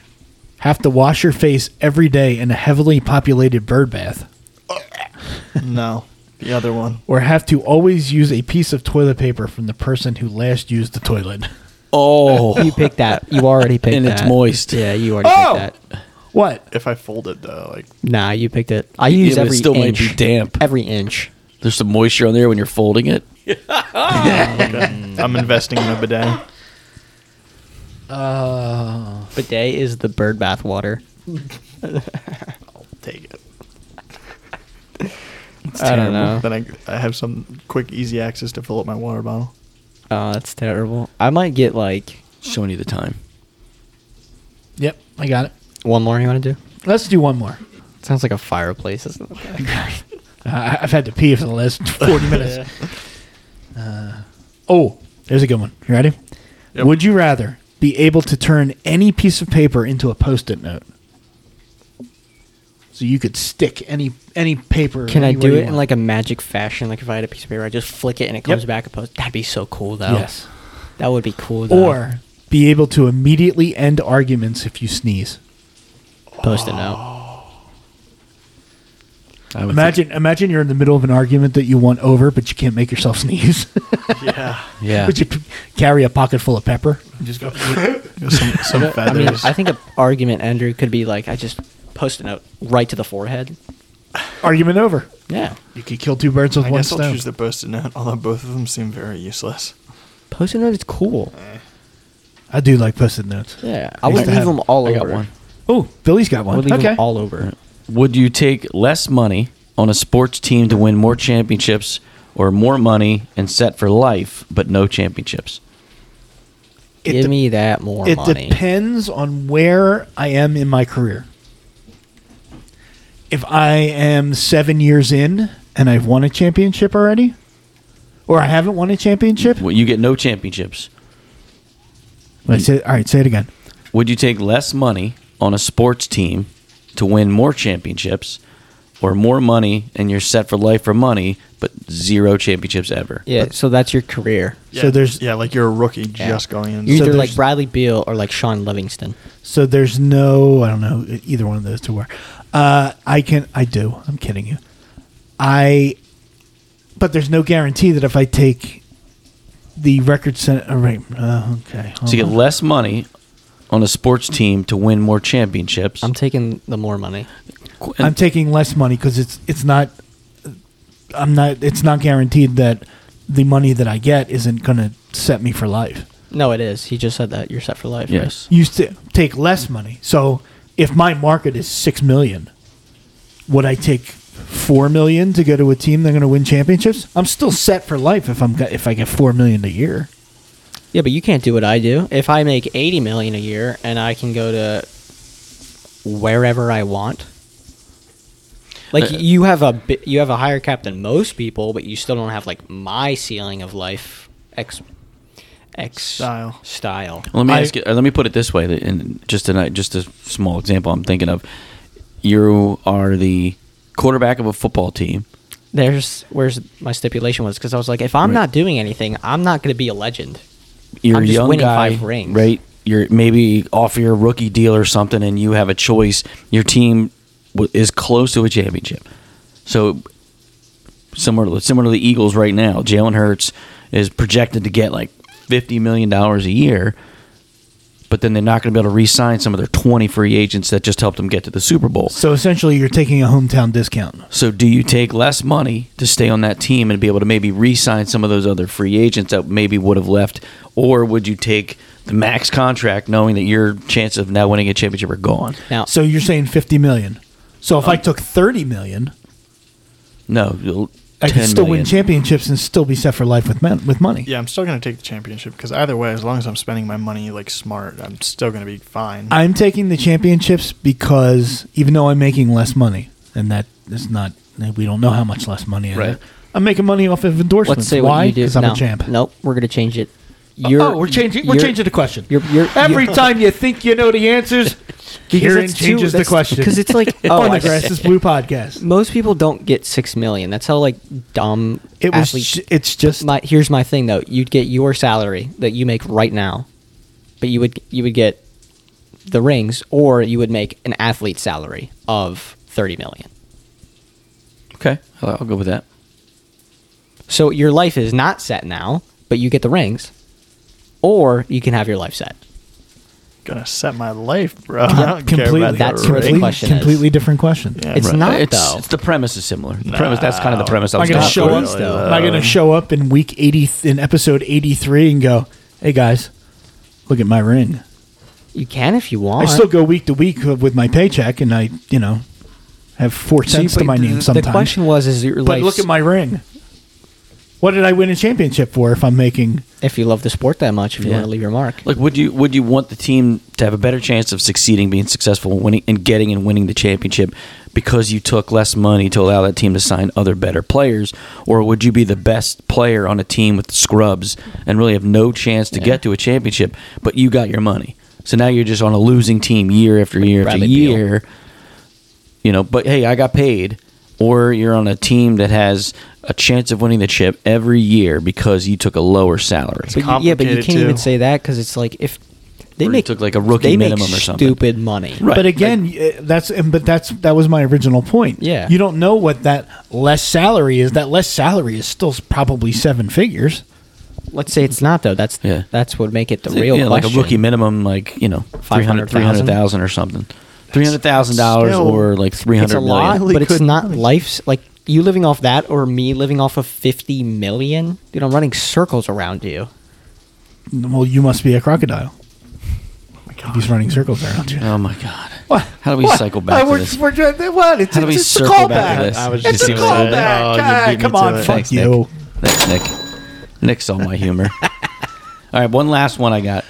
Speaker 2: have to wash your face every day in a heavily populated bird bath,
Speaker 5: No, the other one.
Speaker 2: or have to always use a piece of toilet paper from the person who last used the toilet?
Speaker 3: Oh,
Speaker 4: You picked that. You already picked
Speaker 3: And
Speaker 4: that.
Speaker 3: it's moist. Oh!
Speaker 4: Yeah, you already picked that.
Speaker 2: What?
Speaker 5: If I fold it though, like
Speaker 4: Nah, you picked it. I use
Speaker 3: but it
Speaker 4: every
Speaker 3: still might
Speaker 4: inch.
Speaker 3: be damp.
Speaker 4: Every inch.
Speaker 3: there's some moisture on there when you're folding it.
Speaker 5: mm, I'm investing in a bidet.
Speaker 4: Bidet is the bird bath water.
Speaker 5: Take it.
Speaker 4: I don't know.
Speaker 5: Then I, I have some quick, easy access to fill up my water bottle.
Speaker 4: Oh, that's terrible. I might get like
Speaker 3: Showing you the time.
Speaker 2: Yep, I got it.
Speaker 4: one more. You want to do?
Speaker 2: Let's do one more.
Speaker 4: Sounds like a fireplace. That's not okay.
Speaker 2: I I've had to pee for the last 40 minutes. Uh, oh, there's a good one. You ready?
Speaker 5: Yep.
Speaker 2: Would you rather be able to turn any piece of paper into a post-it note? So you could stick any any paper.
Speaker 4: Can I
Speaker 2: anywhere
Speaker 4: do
Speaker 2: you
Speaker 4: it in
Speaker 2: want.
Speaker 4: like a magic fashion? Like if I had a piece of paper, I just flick it and it comes
Speaker 2: Yep.
Speaker 4: back a post. That'd be so cool, though.
Speaker 2: yes,
Speaker 4: that would be cool. Though.
Speaker 2: or be able to immediately end arguments if you sneeze?
Speaker 4: post it
Speaker 2: Oh,
Speaker 4: note.
Speaker 3: I would
Speaker 2: Imagine imagine you're in the middle of an argument that you want over, but you can't make yourself sneeze.
Speaker 5: Yeah,
Speaker 3: think- yeah.
Speaker 2: but you p- carry a pocket full of pepper.
Speaker 5: just go some, some
Speaker 4: I mean,
Speaker 5: feathers.
Speaker 4: I think an argument ender could be like I just post it note right to the forehead.
Speaker 2: Argument over.
Speaker 4: Yeah,
Speaker 2: You could kill two birds with
Speaker 5: I
Speaker 2: one
Speaker 5: guess
Speaker 2: stone.
Speaker 5: I'll choose the post-it note, although both of them seem very useless.
Speaker 4: post it note is cool.
Speaker 2: I do like post-it notes.
Speaker 4: Yeah, I
Speaker 2: used
Speaker 4: would
Speaker 2: to
Speaker 4: leave
Speaker 2: have-
Speaker 4: them all
Speaker 3: I
Speaker 4: over.
Speaker 3: got one.
Speaker 2: Oh, Billy's got
Speaker 4: I would
Speaker 2: one.
Speaker 4: leave
Speaker 2: Okay.
Speaker 4: them all over.
Speaker 3: Would you take less money on a sports team to win more championships, or more money and set for life but no championships?
Speaker 2: It
Speaker 4: Give
Speaker 2: de-
Speaker 4: me that more
Speaker 2: it
Speaker 4: money.
Speaker 2: depends on where I am in my career. If I am seven years in and I've won a championship already, or I haven't won a championship,
Speaker 3: Well, you get no championships.
Speaker 2: I say, all right, say it again.
Speaker 3: Would you take less money on a sports team to win more championships or more money and you're set for life for money but zero championships ever?
Speaker 4: Yeah, so that's your career.
Speaker 2: So there's-
Speaker 5: yeah, like you're a rookie
Speaker 4: Yeah.
Speaker 5: just going in.
Speaker 4: You're
Speaker 2: So
Speaker 4: either
Speaker 2: there's-
Speaker 4: like Bradley Beal or like Sean Livingston.
Speaker 2: So there's no, I don't know, e-, either one of those two are. Uh, I can, I do. I'm kidding you. I, but there's no guarantee that if I take the record center. Uh, right, uh, okay.
Speaker 3: So you get less money on a sports team to win more championships.
Speaker 4: I'm taking the more money.
Speaker 2: I'm taking less money because it's it's not. I'm not. It's not guaranteed that the money that I get isn't going to set me for life.
Speaker 4: No, it is. He just said that you're set for life. right?
Speaker 3: yes.
Speaker 2: You st- take less money. So if my market is six million, would I take four million to go to a team that's going to win championships? I'm still set for life if I'm go- if I get four million a year.
Speaker 4: Yeah, but you can't do what I do. If I make 80 million a year and I can go to wherever I want. Like
Speaker 3: Uh,
Speaker 4: you have a bi- you have a higher cap than most people, but you still don't have like my ceiling of life x x
Speaker 5: Style.
Speaker 4: style.
Speaker 3: Let me
Speaker 2: I-
Speaker 3: ask you, uh, let me put it this way, that- and just tonight, just a small example I'm thinking of. You are the quarterback of a football team.
Speaker 4: There's where's my stipulation was because I was like, if I'm not doing anything, I'm not going to be a legend.
Speaker 3: You're
Speaker 4: I'm
Speaker 3: a
Speaker 4: just
Speaker 3: young
Speaker 4: winning
Speaker 3: guy,
Speaker 4: five rings.
Speaker 3: right? You're maybe off your rookie deal or something, and you have a choice. Your team w- is close to a championship, so similar similar to the Eagles right now. Jalen Hurts is projected to get like fifty million dollars a year, but then they're not going to be able to re-sign some of their twenty free agents that just helped them get to the Super Bowl.
Speaker 2: So essentially, you're taking a hometown discount.
Speaker 3: So, do you take less money to stay on that team and be able to maybe re-sign some of those other free agents that maybe would have left, or would you take the max contract knowing that your chances of now winning a championship are gone?
Speaker 4: Now,
Speaker 2: So you're saying fifty million. So if I took thirty million,
Speaker 3: No, you'll-
Speaker 2: I could
Speaker 3: 10
Speaker 2: still
Speaker 3: million.
Speaker 2: win championships and still be set for life with men- with money.
Speaker 5: Yeah, I'm still gonna take the championship because either way, as long as I'm spending my money like smart, I'm still gonna be fine.
Speaker 2: I'm taking the championships because even though I'm making less money, and that is not, we don't know how much less money. I
Speaker 3: Right.
Speaker 2: I'm making money off of endorsements.
Speaker 4: let's say
Speaker 2: Why?
Speaker 4: what you do.
Speaker 2: Because I'm
Speaker 4: no,
Speaker 2: a champ.
Speaker 4: Nope, we're going to change it. You're,
Speaker 2: oh, we're changing. We're
Speaker 4: you're-
Speaker 2: changing the question.
Speaker 4: You're, you're,
Speaker 2: Every
Speaker 4: you're,
Speaker 2: time you think you know the answers, Kieran
Speaker 4: that's too-
Speaker 2: changes the
Speaker 4: that's-
Speaker 2: question.
Speaker 4: Because it's like, oh,
Speaker 2: on
Speaker 4: I
Speaker 2: the grass
Speaker 4: see.
Speaker 2: is blue podcast.
Speaker 4: most people don't get six million. That's how like dumb
Speaker 2: It was.
Speaker 4: athletes.
Speaker 2: ju- It's just
Speaker 4: my here's my thing though. You'd get your salary that you make right now, but you would you would get the rings, or you would make an athlete salary of thirty million.
Speaker 3: Okay, I'll, I'll go with that.
Speaker 4: So your life is not set now, but you get the rings, or you can have your life set.
Speaker 5: gonna set my life, bro. I don't care
Speaker 2: completely.
Speaker 5: about
Speaker 4: That's
Speaker 5: the
Speaker 4: what the
Speaker 5: ring.
Speaker 4: question is.
Speaker 2: completely different question.
Speaker 5: Yeah,
Speaker 4: It's
Speaker 5: right.
Speaker 4: not
Speaker 3: it's,
Speaker 4: though.
Speaker 3: It's the premise is similar. The premise. That's kind of the premise. I
Speaker 2: Am I
Speaker 3: was
Speaker 2: going to
Speaker 3: going
Speaker 2: show
Speaker 3: for.
Speaker 2: up?
Speaker 5: really, though.
Speaker 2: Am I going to show up in week eighty th- in episode eighty three and go, "Hey guys, look at my ring."
Speaker 4: you can if you
Speaker 2: I
Speaker 4: want.
Speaker 2: still go week to week with my paycheck, and I, you know, have four cents to my
Speaker 4: the,
Speaker 2: name sometimes.
Speaker 4: The question was, is your
Speaker 2: but
Speaker 4: life?
Speaker 2: look at my ring. What did I win a championship for? If I'm making,
Speaker 4: If you love the sport that much, if you
Speaker 3: Yeah.
Speaker 4: want to leave your mark,
Speaker 3: Like, would you would you want the team to have a better chance of succeeding, being successful, winning, and getting and winning the championship because you took less money to allow that team to sign other better players, or would you be the best player on a team with scrubs and really have no chance to get to a championship, but you got your money, so now you're just on a losing team year after year after
Speaker 4: Bradley Beal.
Speaker 3: year, you know? But hey, I got paid. Or you're on a team that has a chance of winning the chip every year because you took a lower salary.
Speaker 4: But you- yeah, but you
Speaker 5: complicated,
Speaker 4: can't even
Speaker 5: too.
Speaker 4: say that because it's like if they
Speaker 3: Or you
Speaker 4: make
Speaker 3: took, like, a rookie
Speaker 4: they make
Speaker 3: minimum or something.
Speaker 4: stupid money.
Speaker 3: Right.
Speaker 2: but again, y- uh, that's and but that's that was my original point.
Speaker 4: Yeah.
Speaker 2: you don't know what that less salary is. That less salary is still s- probably seven figures.
Speaker 4: Let's say it's not though. That's
Speaker 3: Yeah.
Speaker 4: that's what make it the
Speaker 3: Yeah,
Speaker 4: real
Speaker 3: yeah,
Speaker 4: question.
Speaker 3: like a rookie minimum, like you know, 300
Speaker 4: 500,000?
Speaker 3: 300,000 or something, three hundred thousand dollars
Speaker 5: still-
Speaker 3: or like three
Speaker 4: It's a
Speaker 3: hundred
Speaker 4: lot,
Speaker 3: million.
Speaker 4: but it's not life's like you living off that or me living off of fifty million. Dude, I'm running circles around you.
Speaker 2: Well, you must be a crocodile.
Speaker 5: Oh
Speaker 2: If He's running circles around you.
Speaker 3: Oh my god! How do we cycle back to
Speaker 2: we're,
Speaker 3: this?
Speaker 2: we're trying- what? It's,
Speaker 3: How do
Speaker 2: it's
Speaker 3: we
Speaker 2: just a
Speaker 3: circle back to
Speaker 2: callback.
Speaker 3: this? I was
Speaker 2: It's
Speaker 3: just
Speaker 2: a
Speaker 3: gonna say
Speaker 5: that.
Speaker 2: callback.
Speaker 5: Oh, you
Speaker 2: God,
Speaker 5: beat me
Speaker 2: come
Speaker 5: to
Speaker 2: on,
Speaker 5: it.
Speaker 2: fuck
Speaker 3: Thanks,
Speaker 2: you.
Speaker 3: Nick. Thanks, Nick. Nick saw my humor. All right, one last one I got.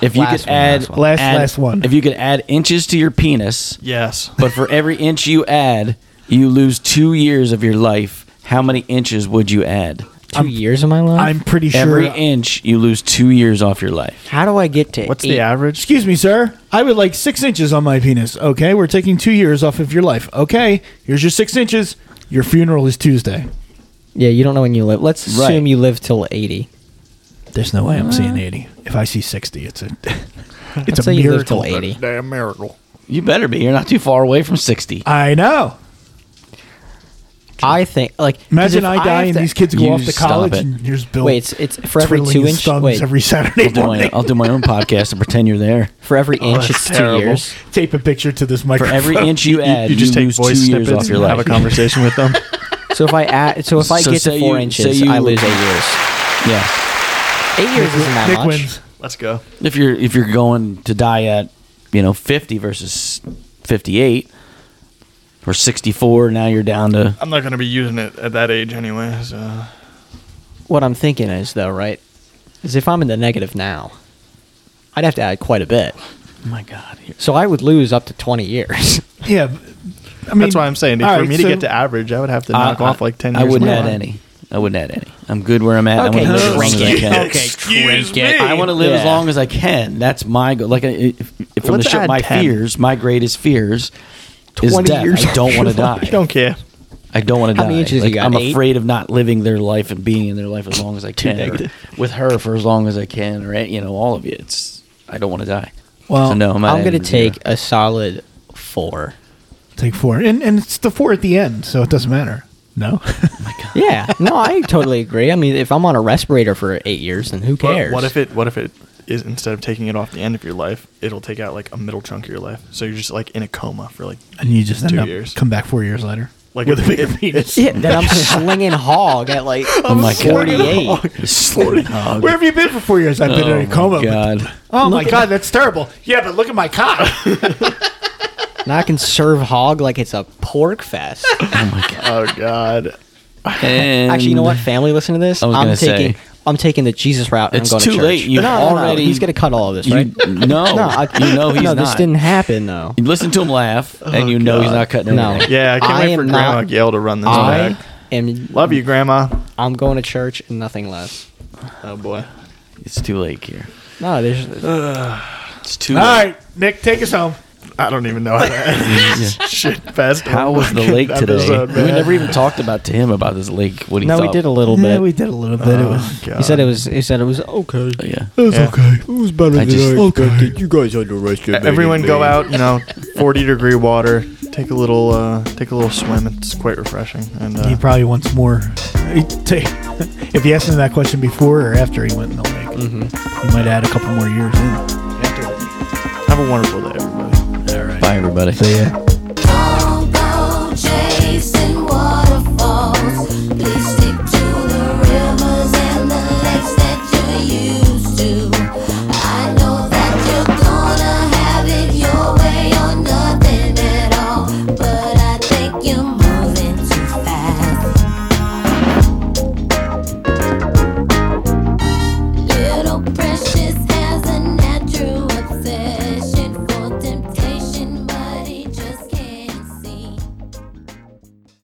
Speaker 3: If you
Speaker 4: Last
Speaker 3: could
Speaker 4: one,
Speaker 3: add
Speaker 4: last one.
Speaker 2: Last-
Speaker 3: add-
Speaker 2: last one.
Speaker 3: if you could add inches to your penis,
Speaker 5: Yes.
Speaker 3: but for every inch you add, you lose two years of your life. How many inches would you add?
Speaker 4: 2 years of my life.
Speaker 2: I'm pretty sure.
Speaker 3: Every inch, you lose two years off your life.
Speaker 4: How do I get to?
Speaker 5: What's
Speaker 4: eight?
Speaker 5: the average?
Speaker 2: Excuse me, sir. I would like six inches on my penis. Okay, we're taking two years off of your life. Okay, here's your six inches. Your funeral is Tuesday.
Speaker 4: Yeah, you don't know when you live. Let's assume
Speaker 3: Right.
Speaker 4: you live till eighty.
Speaker 2: There's no way I'm seeing eighty. If I see sixty, it's a it's
Speaker 4: Let's
Speaker 2: a
Speaker 4: say you live
Speaker 2: miracle.
Speaker 4: till eighty.
Speaker 5: Damn miracle.
Speaker 3: You better be. You're not too far away from 60.
Speaker 2: I know.
Speaker 4: I think like 'cause
Speaker 2: Imagine
Speaker 4: if
Speaker 2: I die
Speaker 4: have
Speaker 2: and
Speaker 4: to-
Speaker 2: these kids go
Speaker 3: You
Speaker 2: off to
Speaker 3: stop
Speaker 2: college
Speaker 3: it.
Speaker 2: and here's Bill.
Speaker 4: Wait, it's, it's for every
Speaker 2: twiddling
Speaker 4: two
Speaker 2: his
Speaker 4: inch.
Speaker 2: thumbs
Speaker 4: Wait, Oh.
Speaker 2: every Saturday
Speaker 3: I'll do, my,
Speaker 2: morning.
Speaker 3: I'll do my own podcast and pretend you're there.
Speaker 4: for every inch, it's
Speaker 5: that's
Speaker 4: two
Speaker 5: terrible.
Speaker 4: years.
Speaker 2: Tape a picture to this
Speaker 3: For
Speaker 2: microphone.
Speaker 3: every inch you add, you,
Speaker 5: you just take
Speaker 3: lose
Speaker 5: voice
Speaker 3: two years
Speaker 5: snippets
Speaker 3: off your
Speaker 5: and
Speaker 3: life.
Speaker 5: have a conversation with them.
Speaker 4: So if I add, so if I
Speaker 3: So
Speaker 4: get
Speaker 3: say
Speaker 4: to four
Speaker 3: you-
Speaker 4: inches,
Speaker 3: say you-
Speaker 4: I lose eight years.
Speaker 3: yeah.
Speaker 4: Eight years isn't that
Speaker 2: Nick
Speaker 4: much.
Speaker 2: wins.
Speaker 5: Let's go.
Speaker 3: If you're if you're going to die at, you know, 50 versus 58 or 64, now you're down to
Speaker 5: I'm not going to be using it at that age anyway. So
Speaker 4: What I'm thinking is though, right, is if I'm in the negative now, I'd have to add quite a bit.
Speaker 3: oh my god. here-
Speaker 4: So I would lose up to twenty years.
Speaker 2: Yeah. b- I mean,
Speaker 5: that's why I'm saying. If,
Speaker 2: all
Speaker 5: for
Speaker 2: right,
Speaker 5: me to
Speaker 2: so-
Speaker 5: get to average, I would have to knock off like 10
Speaker 3: I
Speaker 5: years.
Speaker 3: wouldn't
Speaker 5: more.
Speaker 3: add any. I wouldn't add any. I'm good where I'm at.
Speaker 4: Okay,
Speaker 3: I want to live as long as I
Speaker 4: shrink
Speaker 3: can.
Speaker 5: Excuse me.
Speaker 3: I want to live as
Speaker 4: Yeah.
Speaker 3: long as I can. That's my goal. Like, I- if, if I'm going
Speaker 5: Let's
Speaker 3: to show
Speaker 5: add
Speaker 3: my
Speaker 5: 10.
Speaker 3: fears, my greatest fears is
Speaker 4: 20
Speaker 3: death.
Speaker 4: years
Speaker 3: I don't want to
Speaker 5: I
Speaker 3: die.
Speaker 5: don't care.
Speaker 3: I don't want to
Speaker 4: How
Speaker 3: die.
Speaker 4: many inches you
Speaker 3: Like,
Speaker 4: got?
Speaker 3: I'm
Speaker 4: Eight?
Speaker 3: afraid of not living their life and being in their life as long as I can, or with her for as long as I can, or you know, all of you. It's I don't want to die.
Speaker 2: Well,
Speaker 3: so no, I'm,
Speaker 4: I'm gonna
Speaker 3: going to zero.
Speaker 4: take a solid four.
Speaker 2: take four, and and it's the four at the end, so it doesn't matter. No,
Speaker 4: Yeah, no, I totally agree. I mean, if I'm on a respirator for eight years, then who
Speaker 5: But
Speaker 4: cares?
Speaker 5: what if it? What if it is instead of taking it off the end of your life, it'll take out like a middle chunk of your life. So you're just like in a coma for like
Speaker 2: and you just end
Speaker 5: Two
Speaker 2: up
Speaker 5: years.
Speaker 2: come back four years later.
Speaker 5: like
Speaker 2: With a
Speaker 5: if-
Speaker 2: bigger
Speaker 5: if-
Speaker 2: penis.
Speaker 4: Yeah, then I'm slinging hog at like
Speaker 3: Oh my god,
Speaker 4: 48.
Speaker 3: Slurping hog.
Speaker 2: Where have you been for four years? I've been
Speaker 3: Oh
Speaker 2: in a coma.
Speaker 3: my god.
Speaker 2: Oh my
Speaker 4: Look at-
Speaker 2: god, that's terrible. Yeah, but look at my cock.
Speaker 4: And I can serve hog like it's a pork fest.
Speaker 5: oh god.
Speaker 3: And
Speaker 4: Actually, you know what? Family, listen to this.
Speaker 3: I was
Speaker 4: am
Speaker 3: gonna say-
Speaker 4: taking I'm taking the Jesus route. And
Speaker 3: It's
Speaker 4: I'm going
Speaker 3: too
Speaker 4: to church.
Speaker 3: late. You've
Speaker 4: no, no, no,
Speaker 3: already-
Speaker 4: He's gonna cut all of this,
Speaker 3: You,
Speaker 4: right?
Speaker 3: no,
Speaker 4: No, I,
Speaker 3: you know he's
Speaker 4: no,
Speaker 3: not.
Speaker 4: this didn't happen though.
Speaker 3: You listen to him laugh, and you know he's not cutting
Speaker 4: No.
Speaker 3: anything.
Speaker 5: Yeah, I can't
Speaker 4: I
Speaker 5: wait
Speaker 4: am
Speaker 5: for
Speaker 4: not-
Speaker 5: Grandma Gail to run this
Speaker 4: I
Speaker 5: back.
Speaker 4: am.
Speaker 5: Love you, Grandma.
Speaker 4: I'm going to church and nothing less.
Speaker 5: Oh boy.
Speaker 3: It's too late here.
Speaker 4: No, there's.
Speaker 3: It's too
Speaker 2: All
Speaker 3: late.
Speaker 2: right, Nick, take us home.
Speaker 5: I don't even know how to shit fast.
Speaker 3: How was the lake today?
Speaker 5: Episode,
Speaker 3: we
Speaker 5: man.
Speaker 3: never even talked about to him about this lake. What he
Speaker 4: No, we
Speaker 3: thought.
Speaker 4: did a little
Speaker 2: Yeah,
Speaker 4: bit.
Speaker 2: we did a little bit. it was
Speaker 5: Oh, God.
Speaker 4: he said it was. He said it was okay.
Speaker 3: Yeah.
Speaker 2: It was
Speaker 5: Yeah.
Speaker 2: okay. It was better
Speaker 3: I just-
Speaker 2: expected. You guys
Speaker 5: Everyone go out, you know, 40 degree water. Take a little, uh, take a little swim. It's quite refreshing. And
Speaker 2: He
Speaker 5: uh,
Speaker 2: probably wants more. He take- if you asked him that question before or after he went in the lake, he might add a couple more years in.
Speaker 5: have a wonderful day, everybody.
Speaker 3: Bye, everybody.
Speaker 2: So yeah.